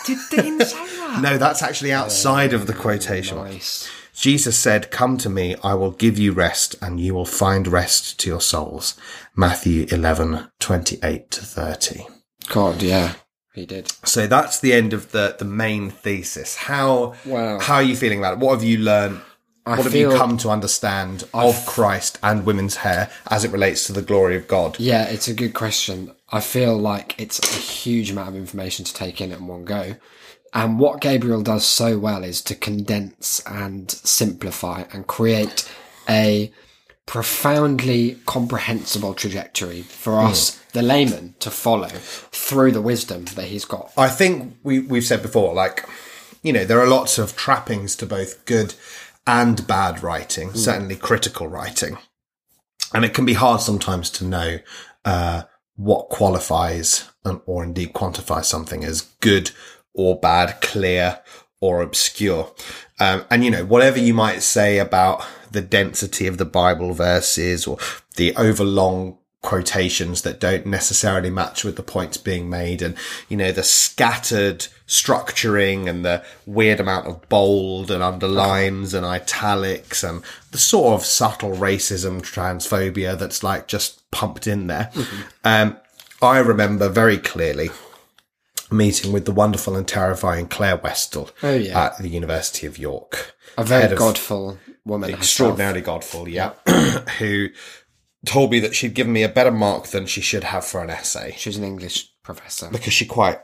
S3: did Dean say that?
S2: No, that's actually outside of the quotation.
S3: Ah. Nice.
S2: Jesus said, Come to me, I will give you rest, and you will find rest to your souls. Matthew 11, 28 to 30.
S3: God, yeah, he did.
S2: So that's the end of the, the main thesis. How,
S3: Wow.
S2: how are you feeling about it? What have you learned?
S3: I
S2: what have
S3: feel-
S2: you come to understand of Christ and women's hair as it relates to the glory of God?
S3: Yeah, it's a good question. I feel like it's a huge amount of information to take in at one go. And what Gabriel does so well is to condense and simplify and create a profoundly comprehensible trajectory for
S2: Hmm.
S3: us, the layman, to follow through the wisdom that he's got.
S2: I think we we've said before, like you know, there are lots of trappings to both good and bad writing, certainly critical writing, and it can be hard sometimes to know uh, what qualifies and, or indeed quantifies something as good or bad, clear or obscure. Um, and you know, whatever you might say about the density of the Bible verses or the overlong quotations that don't necessarily match with the points being made and you know the scattered structuring and the weird amount of bold and underlines and italics and the sort of subtle racism transphobia that's like just pumped in there
S3: Mm-hmm.
S2: um i remember very clearly meeting with the wonderful and terrifying claire westall
S3: Oh, yeah.
S2: at the university of york
S3: A very
S2: head of-
S3: godful woman. herself.
S2: extraordinarily godful, yeah, [CLEARS THROAT] who told me that she'd given me a better mark than she should have for an essay
S3: She's an English professor.
S2: because she quite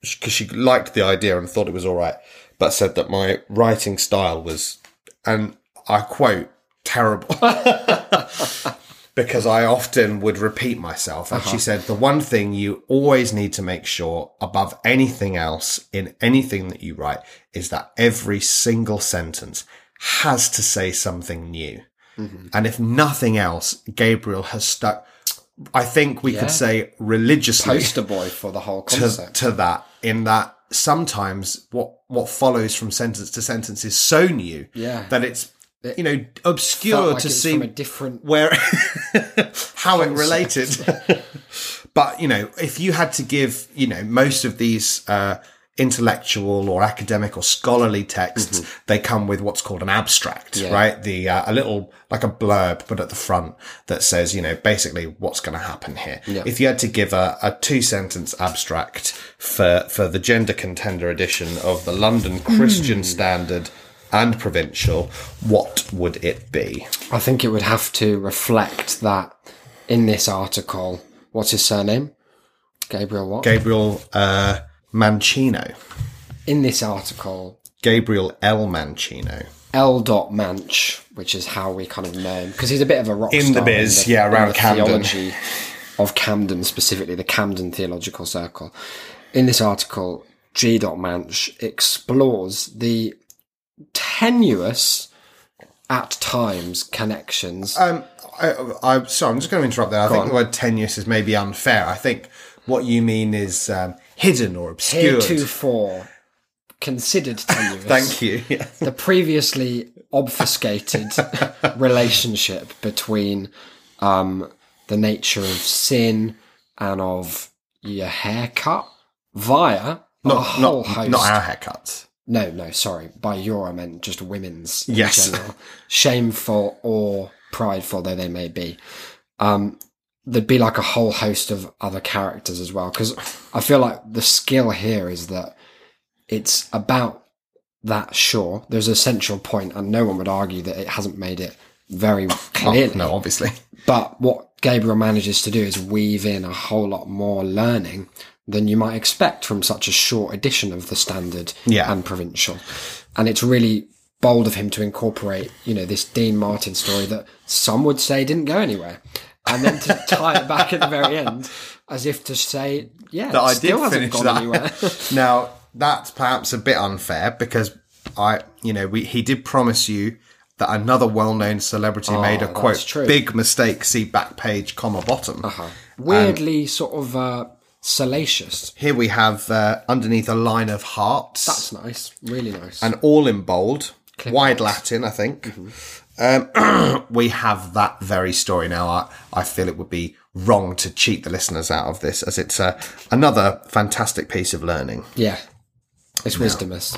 S2: because she liked the idea and thought it was all right, but said that my writing style was, and I quote, terrible. [LAUGHS] Because I often would repeat myself. And she said, the one thing you always need to make sure above anything else in anything that you write is that every single sentence has to say something new. And if nothing else, Gabriel has stuck I think we
S3: Yeah.
S2: could say religiously
S3: poster boy for the whole
S2: to,
S3: concept.
S2: to that in that sometimes what what follows from sentence to sentence is so new
S3: Yeah.
S2: that it's you know
S3: Felt
S2: obscure
S3: like
S2: to
S3: it's
S2: see
S3: from a different.
S2: where [LAUGHS] how it related but you know if you had to give you know most of these uh intellectual or academic or scholarly texts they come with what's called an abstract
S3: Yeah.
S2: right the uh, a little like a blurb but at the front that says you know basically what's going to happen here if you had to give a, a two sentence abstract for for the gender contender edition of the london christian standard and provincial what would it be
S3: I think it would have to reflect that in this article. What's his surname? Gabriel what?
S2: Gabriel uh, Mancino.
S3: in this article,
S2: Gabriel L. Mancino.
S3: L. Dot Manch, which is how we kind of know him, because he's a bit of a rock
S2: In
S3: star
S2: the biz, yeah,
S3: in
S2: around Camden.
S3: theology of Camden specifically, the Camden Theological Circle. In this article, G. Dot Manch explores the tenuous, at times, connections.
S2: Um, I, I, I'm sorry, I'm just going to interrupt there. I think
S3: on.
S2: the word tenuous is maybe unfair. I think what you mean is um, hidden or obscured.
S3: heretofore considered tenuous.
S2: Thank you. [LAUGHS] Yeah.
S3: The previously
S2: [LAUGHS]
S3: obfuscated relationship between um, the nature of sin and of your haircut via a
S2: Not,
S3: whole
S2: not,
S3: host.
S2: not our haircuts.
S3: no, no, sorry. By your, I meant just women's. in
S2: Yes.
S3: general. Shameful or prideful though they may be. Um, there'd be like a whole host of other characters as well. Because I feel like the skill here is that it's about that, sure. There's a central point, and no one would argue that it hasn't made it very clearly.
S2: Oh, No, [LAUGHS] obviously.
S3: But what Gabriel manages to do is weave in a whole lot more learning than you might expect from such a short edition of the standard
S2: Yeah.
S3: and provincial. And it's really bold of him to incorporate, you know, this Dean Martin story that some would say didn't go anywhere. And then
S2: [LAUGHS]
S3: to tie it back at the very end as if to say, yeah,
S2: That
S3: it
S2: I did
S3: still hasn't
S2: finish
S3: gone
S2: that. [LAUGHS]
S3: anywhere.
S2: Now that's perhaps a bit unfair because I, you know, we he did promise you that another well-known celebrity made a quote
S3: true.
S2: big mistake. See back page, comma bottom. Uh-huh.
S3: Weirdly sort of uh, salacious.
S2: Here we have uh, underneath a line of hearts
S3: That's nice. Really nice.
S2: and all in bold, wide Latin, I think.
S3: Mm-hmm.
S2: Um, [CLEARS THROAT] we have that very story now. I, I feel it would be wrong to cheat the listeners out of this, as it's uh, another fantastic piece of learning.
S3: yeah. It's wisdomous.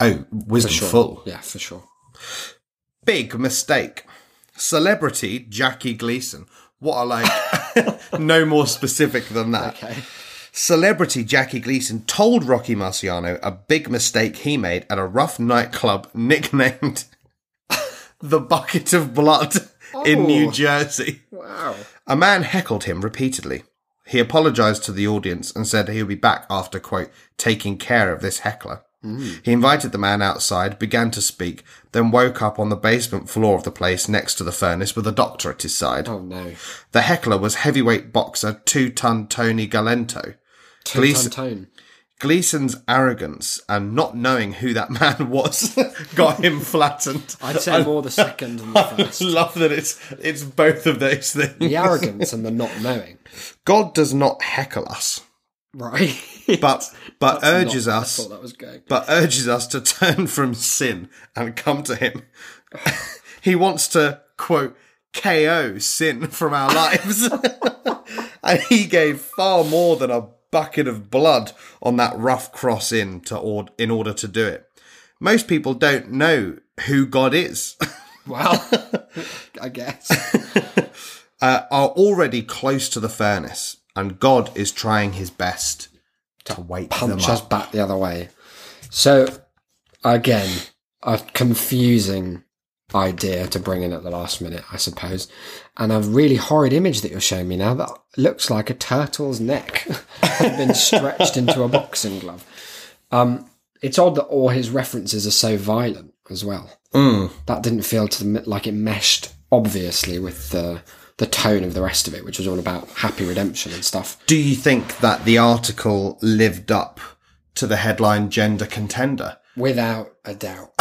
S2: Oh, wisdom full.
S3: Yeah, for sure.
S2: Big mistake. Celebrity Jackie Gleason. What a
S3: [LAUGHS]
S2: like. no more specific than that.
S3: Okay.
S2: Celebrity Jackie Gleason told Rocky Marciano a big mistake he made at a rough nightclub nicknamed [LAUGHS] the Bucket of Blood in New
S3: Oh.
S2: Jersey.
S3: Wow.
S2: A man heckled him repeatedly. He apologized to the audience and said he'll be back after, quote, taking care of this heckler.
S3: Mm.
S2: He invited the man outside, began to speak, then woke up on the basement floor of the place next to the furnace with a doctor at his side.
S3: Oh no.
S2: The heckler was heavyweight boxer two ton Tony Galento.
S3: Police tone.
S2: Gleason's arrogance and not knowing who that [LAUGHS] man was got him flattened.
S3: [LAUGHS] I'd say more the second than the
S2: [LAUGHS]
S3: first.
S2: love that it's it's both of those things.
S3: The arrogance and the not knowing.
S2: God does not heckle us,
S3: Right. [LAUGHS]
S2: but but
S3: Not-
S2: urges
S3: I
S2: us
S3: thought that was going.
S2: but urges us to [LAUGHS] turn from sin and come to him. [LAUGHS] he wants to quote KO sin from our lives. [LAUGHS] and he gave far more than a bucket of blood on that rough cross in to or- in order to do it. Most people don't know who God is.
S3: Well, I guess.
S2: uh, are already close to the furnace, and God is trying his best to wake them
S3: Punch us
S2: up.
S3: back the other way. So, again, a confusing idea to bring in at the last minute, I suppose. And a really horrid image that you're showing me now that looks like a turtle's neck [LAUGHS] had been stretched into a boxing glove. Um, it's odd that all his references are so violent as well. that didn't feel to the, like it meshed obviously with the the tone of the rest of it, which was all about happy redemption and stuff.
S2: Do you think that the article lived up to the headline gender contender?
S3: Without
S2: [LAUGHS]
S3: a doubt,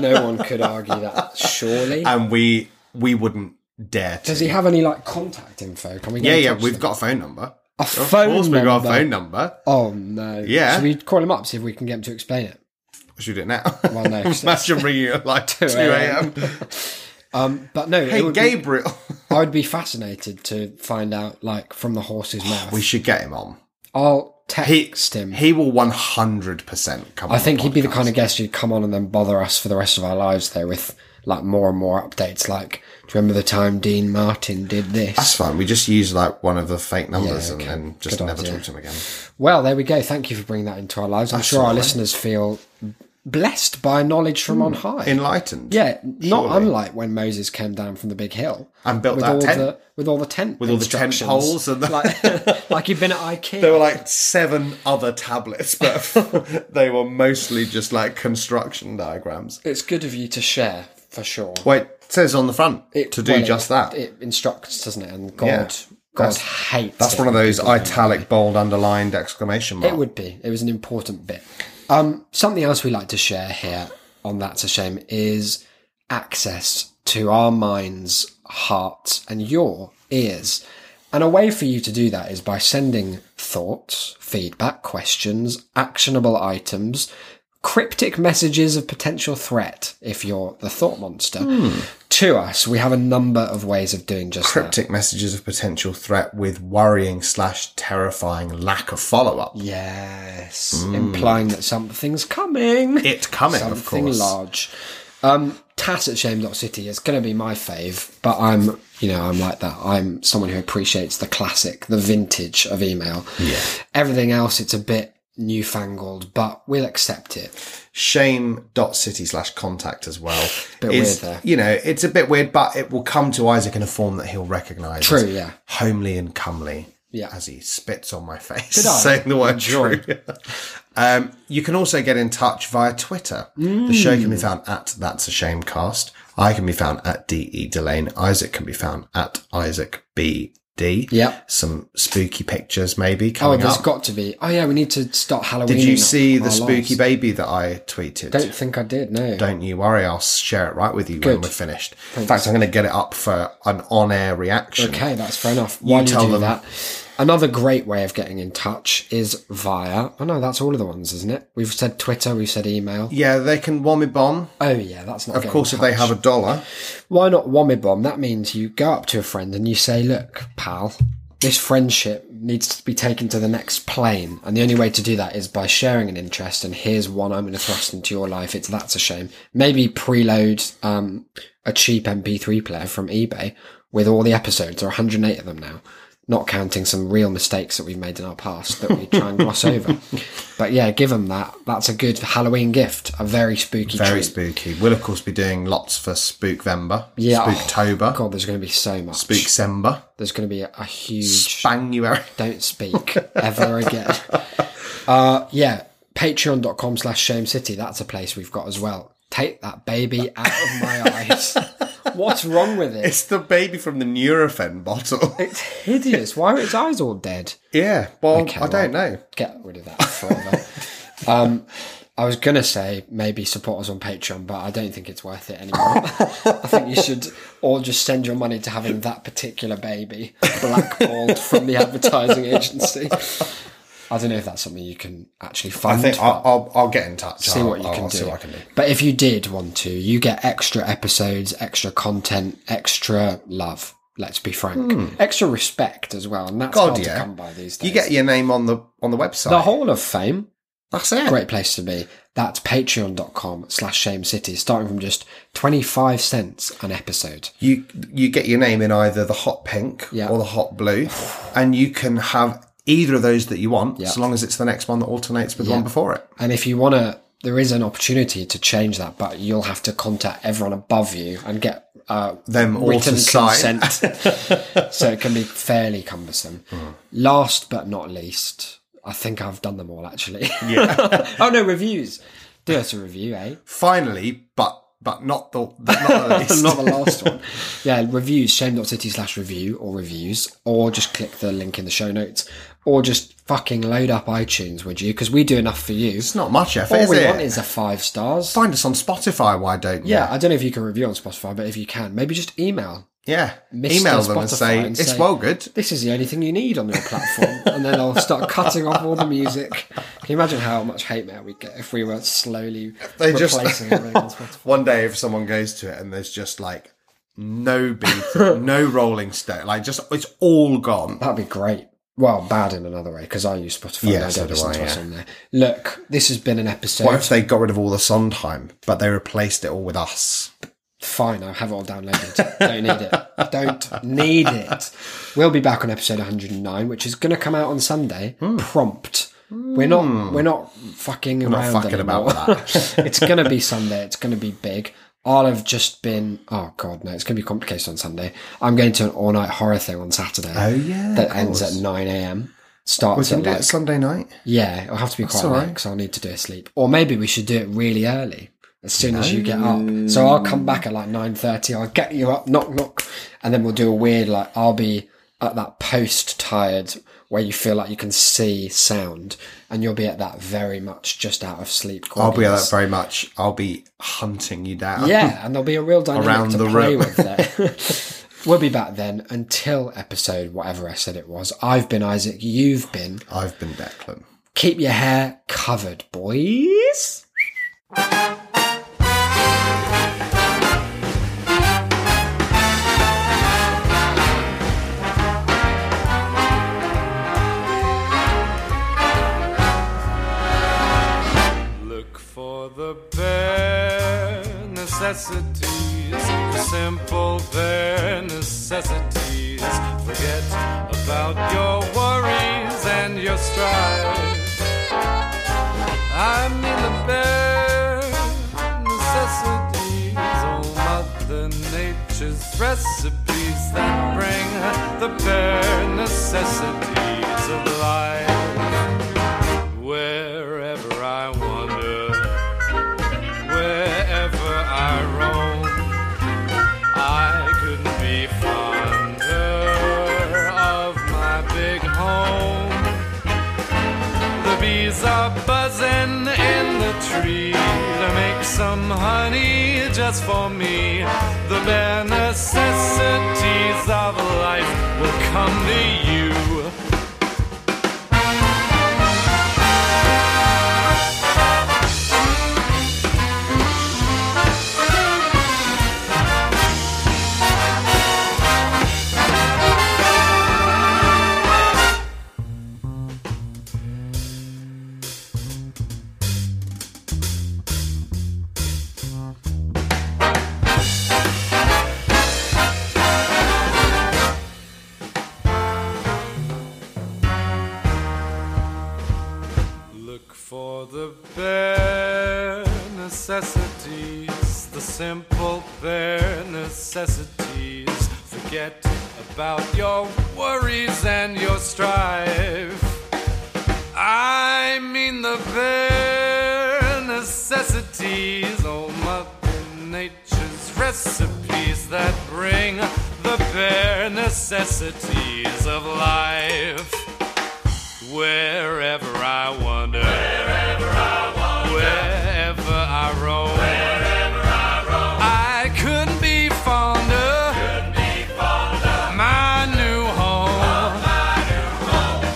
S3: no one could argue that. Surely,
S2: And we we wouldn't dare to.
S3: Does he have any like contact info? Can we? Go
S2: yeah,
S3: and
S2: yeah,
S3: touch
S2: we've
S3: them?
S2: got a phone number.
S3: a
S2: Of
S3: phone
S2: course,
S3: number.
S2: we've got a phone number.
S3: Oh no!
S2: Yeah.
S3: Should we call him up see if we can get him to explain it?
S2: Shoot it now.
S3: Well, no,
S2: [LAUGHS]
S3: 'cause it's-
S2: Imagine ringing at
S3: [LAUGHS]
S2: like 2
S3: a.m..
S2: a.m.
S3: Um, but no, it
S2: Hey,
S3: would be-
S2: Gabriel. [LAUGHS]
S3: I would be fascinated to find out like from the horse's mouth.
S2: we should get him on.
S3: I'll
S2: He,
S3: text him.
S2: he will 100% come on.
S3: I think
S2: the
S3: he'd be the
S2: podcast.
S3: kind of guest who'd come on and then bother us for the rest of our lives, though, with like more and more updates. Like, do you remember the time Dean Martin did
S2: That's
S3: this?
S2: fine. We just use like one of the fake numbers
S3: Yeah, okay.
S2: and then just
S3: Good
S2: never
S3: idea.
S2: talk to him again.
S3: Well, there we go. Thank you for bringing that into our lives. I'm sure our
S2: all right.
S3: listeners feel blessed by knowledge from on high.
S2: Enlightened.
S3: yeah, not
S2: Hmm. surely.
S3: unlike when Moses came down from the big hill
S2: And built
S3: with
S2: that
S3: all
S2: tent.
S3: the with all the tent with
S2: all the tent poles and the- [LAUGHS]
S3: like, like you've been at IKEA.
S2: There were like seven other tablets, but [LAUGHS] they were mostly just like construction diagrams.
S3: it's good of you to share for sure.
S2: Wait, it says on the front to do
S3: well, it-
S2: just that.
S3: It instructs, doesn't it? And God,
S2: Yeah.
S3: God
S2: That's-
S3: hates.
S2: That's
S3: it
S2: one of
S3: when
S2: those
S3: people don't.
S2: italic, bold, underlined exclamation mark.
S3: It would be. It was an important bit. Um, something else we like to share here on That's a Shame is access to our minds, hearts, and your ears. And a way for you to do that is by sending thoughts, feedback, questions, actionable items, cryptic messages of potential threat if you're the thought monster to us. We have a number of ways of doing just that.
S2: Cryptic messages of potential threat with worrying slash terrifying lack of follow up.
S3: Yes, implying that something's coming.
S2: It coming, of
S3: something
S2: course.
S3: large. Um, Tass at shame.city is going to be my fave, but I'm, you know, I'm like that. I'm someone who appreciates the classic, the vintage of email. Yeah. Everything else, it's a bit newfangled, but we'll accept it.
S2: Shame.city slash contact as well.
S3: Bit
S2: is-
S3: weird there.
S2: You know, it's a bit weird, but it will come to Isaac in a form that he'll recognise.
S3: True,
S2: as
S3: yeah.
S2: Homely and comely.
S3: Yeah.
S2: As he spits on my face,
S3: I?
S2: [LAUGHS] saying the word
S3: Enjoy.
S2: true. um, you can also get in touch via Twitter. The show
S3: Mm.
S2: can be found at That's a Shame Cast. I can be found at DE Delane. Isaac can be found at Isaac B D.
S3: Yep.
S2: Some spooky pictures maybe
S3: Oh,
S2: coming
S3: there's
S2: up.
S3: got to be. Oh yeah, we need to start Halloween.
S2: Did you see the spooky
S3: spooky?
S2: baby that I tweeted?
S3: Don't think I did. No.
S2: Don't you worry, I'll share it right with you when
S3: Good.
S2: we're finished. In fact, I'm going to get it up for an on-air reaction.
S3: Okay, that's fair enough. While you,
S2: tell
S3: do
S2: them.
S3: that, another great way of getting in touch is via. Oh no, that's all of the ones, isn't it? We've said Twitter, we've said email.
S2: Yeah, they can wommy bomb.
S3: Oh yeah, that's not.
S2: Of course, if they have a dollar,
S3: why not wommy bomb? That means you go up to a friend and you say, "Look, pal." This friendship needs to be taken to the next plane, and the only way to do that is by sharing an interest. And here's one I'm going to thrust into your life. It's that's a shame. Maybe preload um, a cheap MP3 player from eBay with all the episodes, or 108 of them now, not counting some real mistakes that we've made in our past that we try and gloss over. But yeah, give them that. That's a good Halloween gift. A very spooky,
S2: very
S3: treat.
S2: spooky. We'll of course be doing lots for Spookvember,
S3: Yeah.
S2: Spooktober,
S3: God, there's going to be so much.
S2: Spooksember,
S3: There's going to be a, a huge.
S2: Banguary.
S3: [LAUGHS]
S2: [LAUGHS]
S3: don't speak ever again. Uh, yeah, patreon.com slash shame city. That's a place we've got as well. Take that baby out of my eyes. What's wrong with it?
S2: It's the baby from the Nurofen bottle.
S3: It's hideous. Why are its eyes all dead?
S2: [LAUGHS] yeah, well, I
S3: well-
S2: don't know.
S3: Get rid of that forever. um,
S2: [LAUGHS]
S3: I was going to say maybe support us on Patreon, but I don't think it's worth it anymore. I think you should all just send your money to having that particular baby blackballed from the advertising agency. I don't know if that's something you can actually fund.
S2: I think I'll, I'll, I'll get in touch.
S3: see
S2: I'll,
S3: what you
S2: I'll-
S3: can
S2: I'll
S3: do.
S2: See what I can do.
S3: But if you did want to, you get extra episodes, extra content, extra love. Let's be frank, extra respect as well, and that's
S2: Hmm. God,
S3: hard
S2: yeah.
S3: to come by these days.
S2: You get your name on the on the website.
S3: the Hall of Fame.
S2: That's it.
S3: Great place to be. That's patreon.com slash shame city, starting from just 25 cents an episode.
S2: you you get your name in either the hot pink
S3: Yeah.
S2: or the hot blue, and you can have either of those that you want,
S3: Yeah.
S2: so long as it's the next one that alternates with the one before it.
S3: And if you want to, there is an opportunity to change that, but you'll have to contact everyone above you and get uh,
S2: Them all
S3: written
S2: to sign.
S3: consent. so it can be fairly cumbersome. Last but not least, I think I've done them all actually. Yeah. [LAUGHS] oh no, reviews. Do us a review, eh?
S2: Finally, but but not the not
S3: [LAUGHS]
S2: the least.
S3: Not the last one. Yeah, reviews, shame.city slash review or reviews, or just click the link in the show notes, or just fucking load up iTunes, would you? Because we do enough for
S2: [LAUGHS]
S3: you.
S2: It's not much effort,
S3: All
S2: is
S3: we
S2: it?
S3: want is a five stars.
S2: Find us on Spotify. Why don't you?
S3: Yeah, I don't know if you can review on Spotify, but if you can, maybe just email
S2: Yeah.
S3: Mr.
S2: Email them and
S3: Spotify
S2: say,
S3: and
S2: it's
S3: say-
S2: well good.
S3: This is the only thing you need on your
S2: [LAUGHS]
S3: platform. and then I'll start cutting off all the music. Can you imagine how much hate mail we'd get if we were slowly
S2: They just-
S3: replacing everything
S2: [LAUGHS]
S3: on Spotify?
S2: One day, if someone goes to it and there's just like no
S3: [LAUGHS]
S2: beat, no Rolling Stone, like just it's all gone.
S3: That'd be great. Well, bad in another way because I use Spotify.
S2: Yeah,
S3: and I
S2: so do
S3: don't listen
S2: I,
S3: to what's
S2: yeah.
S3: on there. Look, this has been an episode.
S2: What if they got rid of all the Sondheim, but they replaced it all with us?
S3: Fine, I'll have it all downloaded. Don't need it. Don't need it. We'll be back on episode 109, which is going to come out on Sunday.
S2: Hmm.
S3: Prompt. We're not. We're not fucking
S2: not
S3: around.
S2: fucking about
S3: anymore. [LAUGHS] it's going to be Sunday. It's going to be big. I'll have just been. Oh god, no! It's going to be complicated on Sunday. I'm going to an all-night horror thing on Saturday.
S2: Oh, yeah,
S3: that
S2: of
S3: ends
S2: course.
S3: at 9 a.m. Starts
S2: Can
S3: at
S2: we do
S3: like
S2: it Sunday night?
S3: Yeah, it'll have to be quite
S2: all
S3: late
S2: right.
S3: because I'll need to do a sleep. Or maybe we should do it really early, as soon as you get up. So I'll come back at like nine thirty. I'll get you up, knock knock, and then we'll do a weird like I'll be at that post tired where you feel like you can see sound, and you'll be at that very much just out of sleep.
S2: I'll be at
S3: quadrant.
S2: that very much. I'll be hunting you down.
S3: Yeah, and there'll be
S2: [LAUGHS]
S3: a real dynamic
S2: Around
S3: to
S2: the
S3: play
S2: room. [LAUGHS]
S3: with there. [LAUGHS] we'll be back then until episode whatever I said it was. I've been Isaac. You've been.
S2: I've been Declan.
S3: Keep your hair covered, boys.
S1: Look for the bare necessities, the simple bare necessities. Forget about your worries and your strife. I mean the bare necessities, oh Mother Nature's recipes that bring the bare necessities of life wherever I wander, wherever I roam, I couldn't be fonder of my big home. The bees are buzzing in the tree to make some honey just for me. The bare necessities of life will come to you. Look for the bare necessities, the simple bare necessities. Forget about your worries and your strife. I mean the bare necessities, oh Mother Nature's recipes that bring the bare necessities of life. Wherever I wander, wherever I wander, wherever I roam, wherever I roam, I couldn't be fonder, couldn't be fonder, my new home.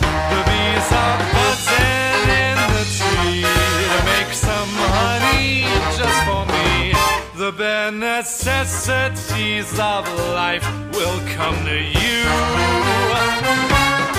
S1: The bees are buzzing in the tree to make some honey just for me. The bare necessities of life will come to you.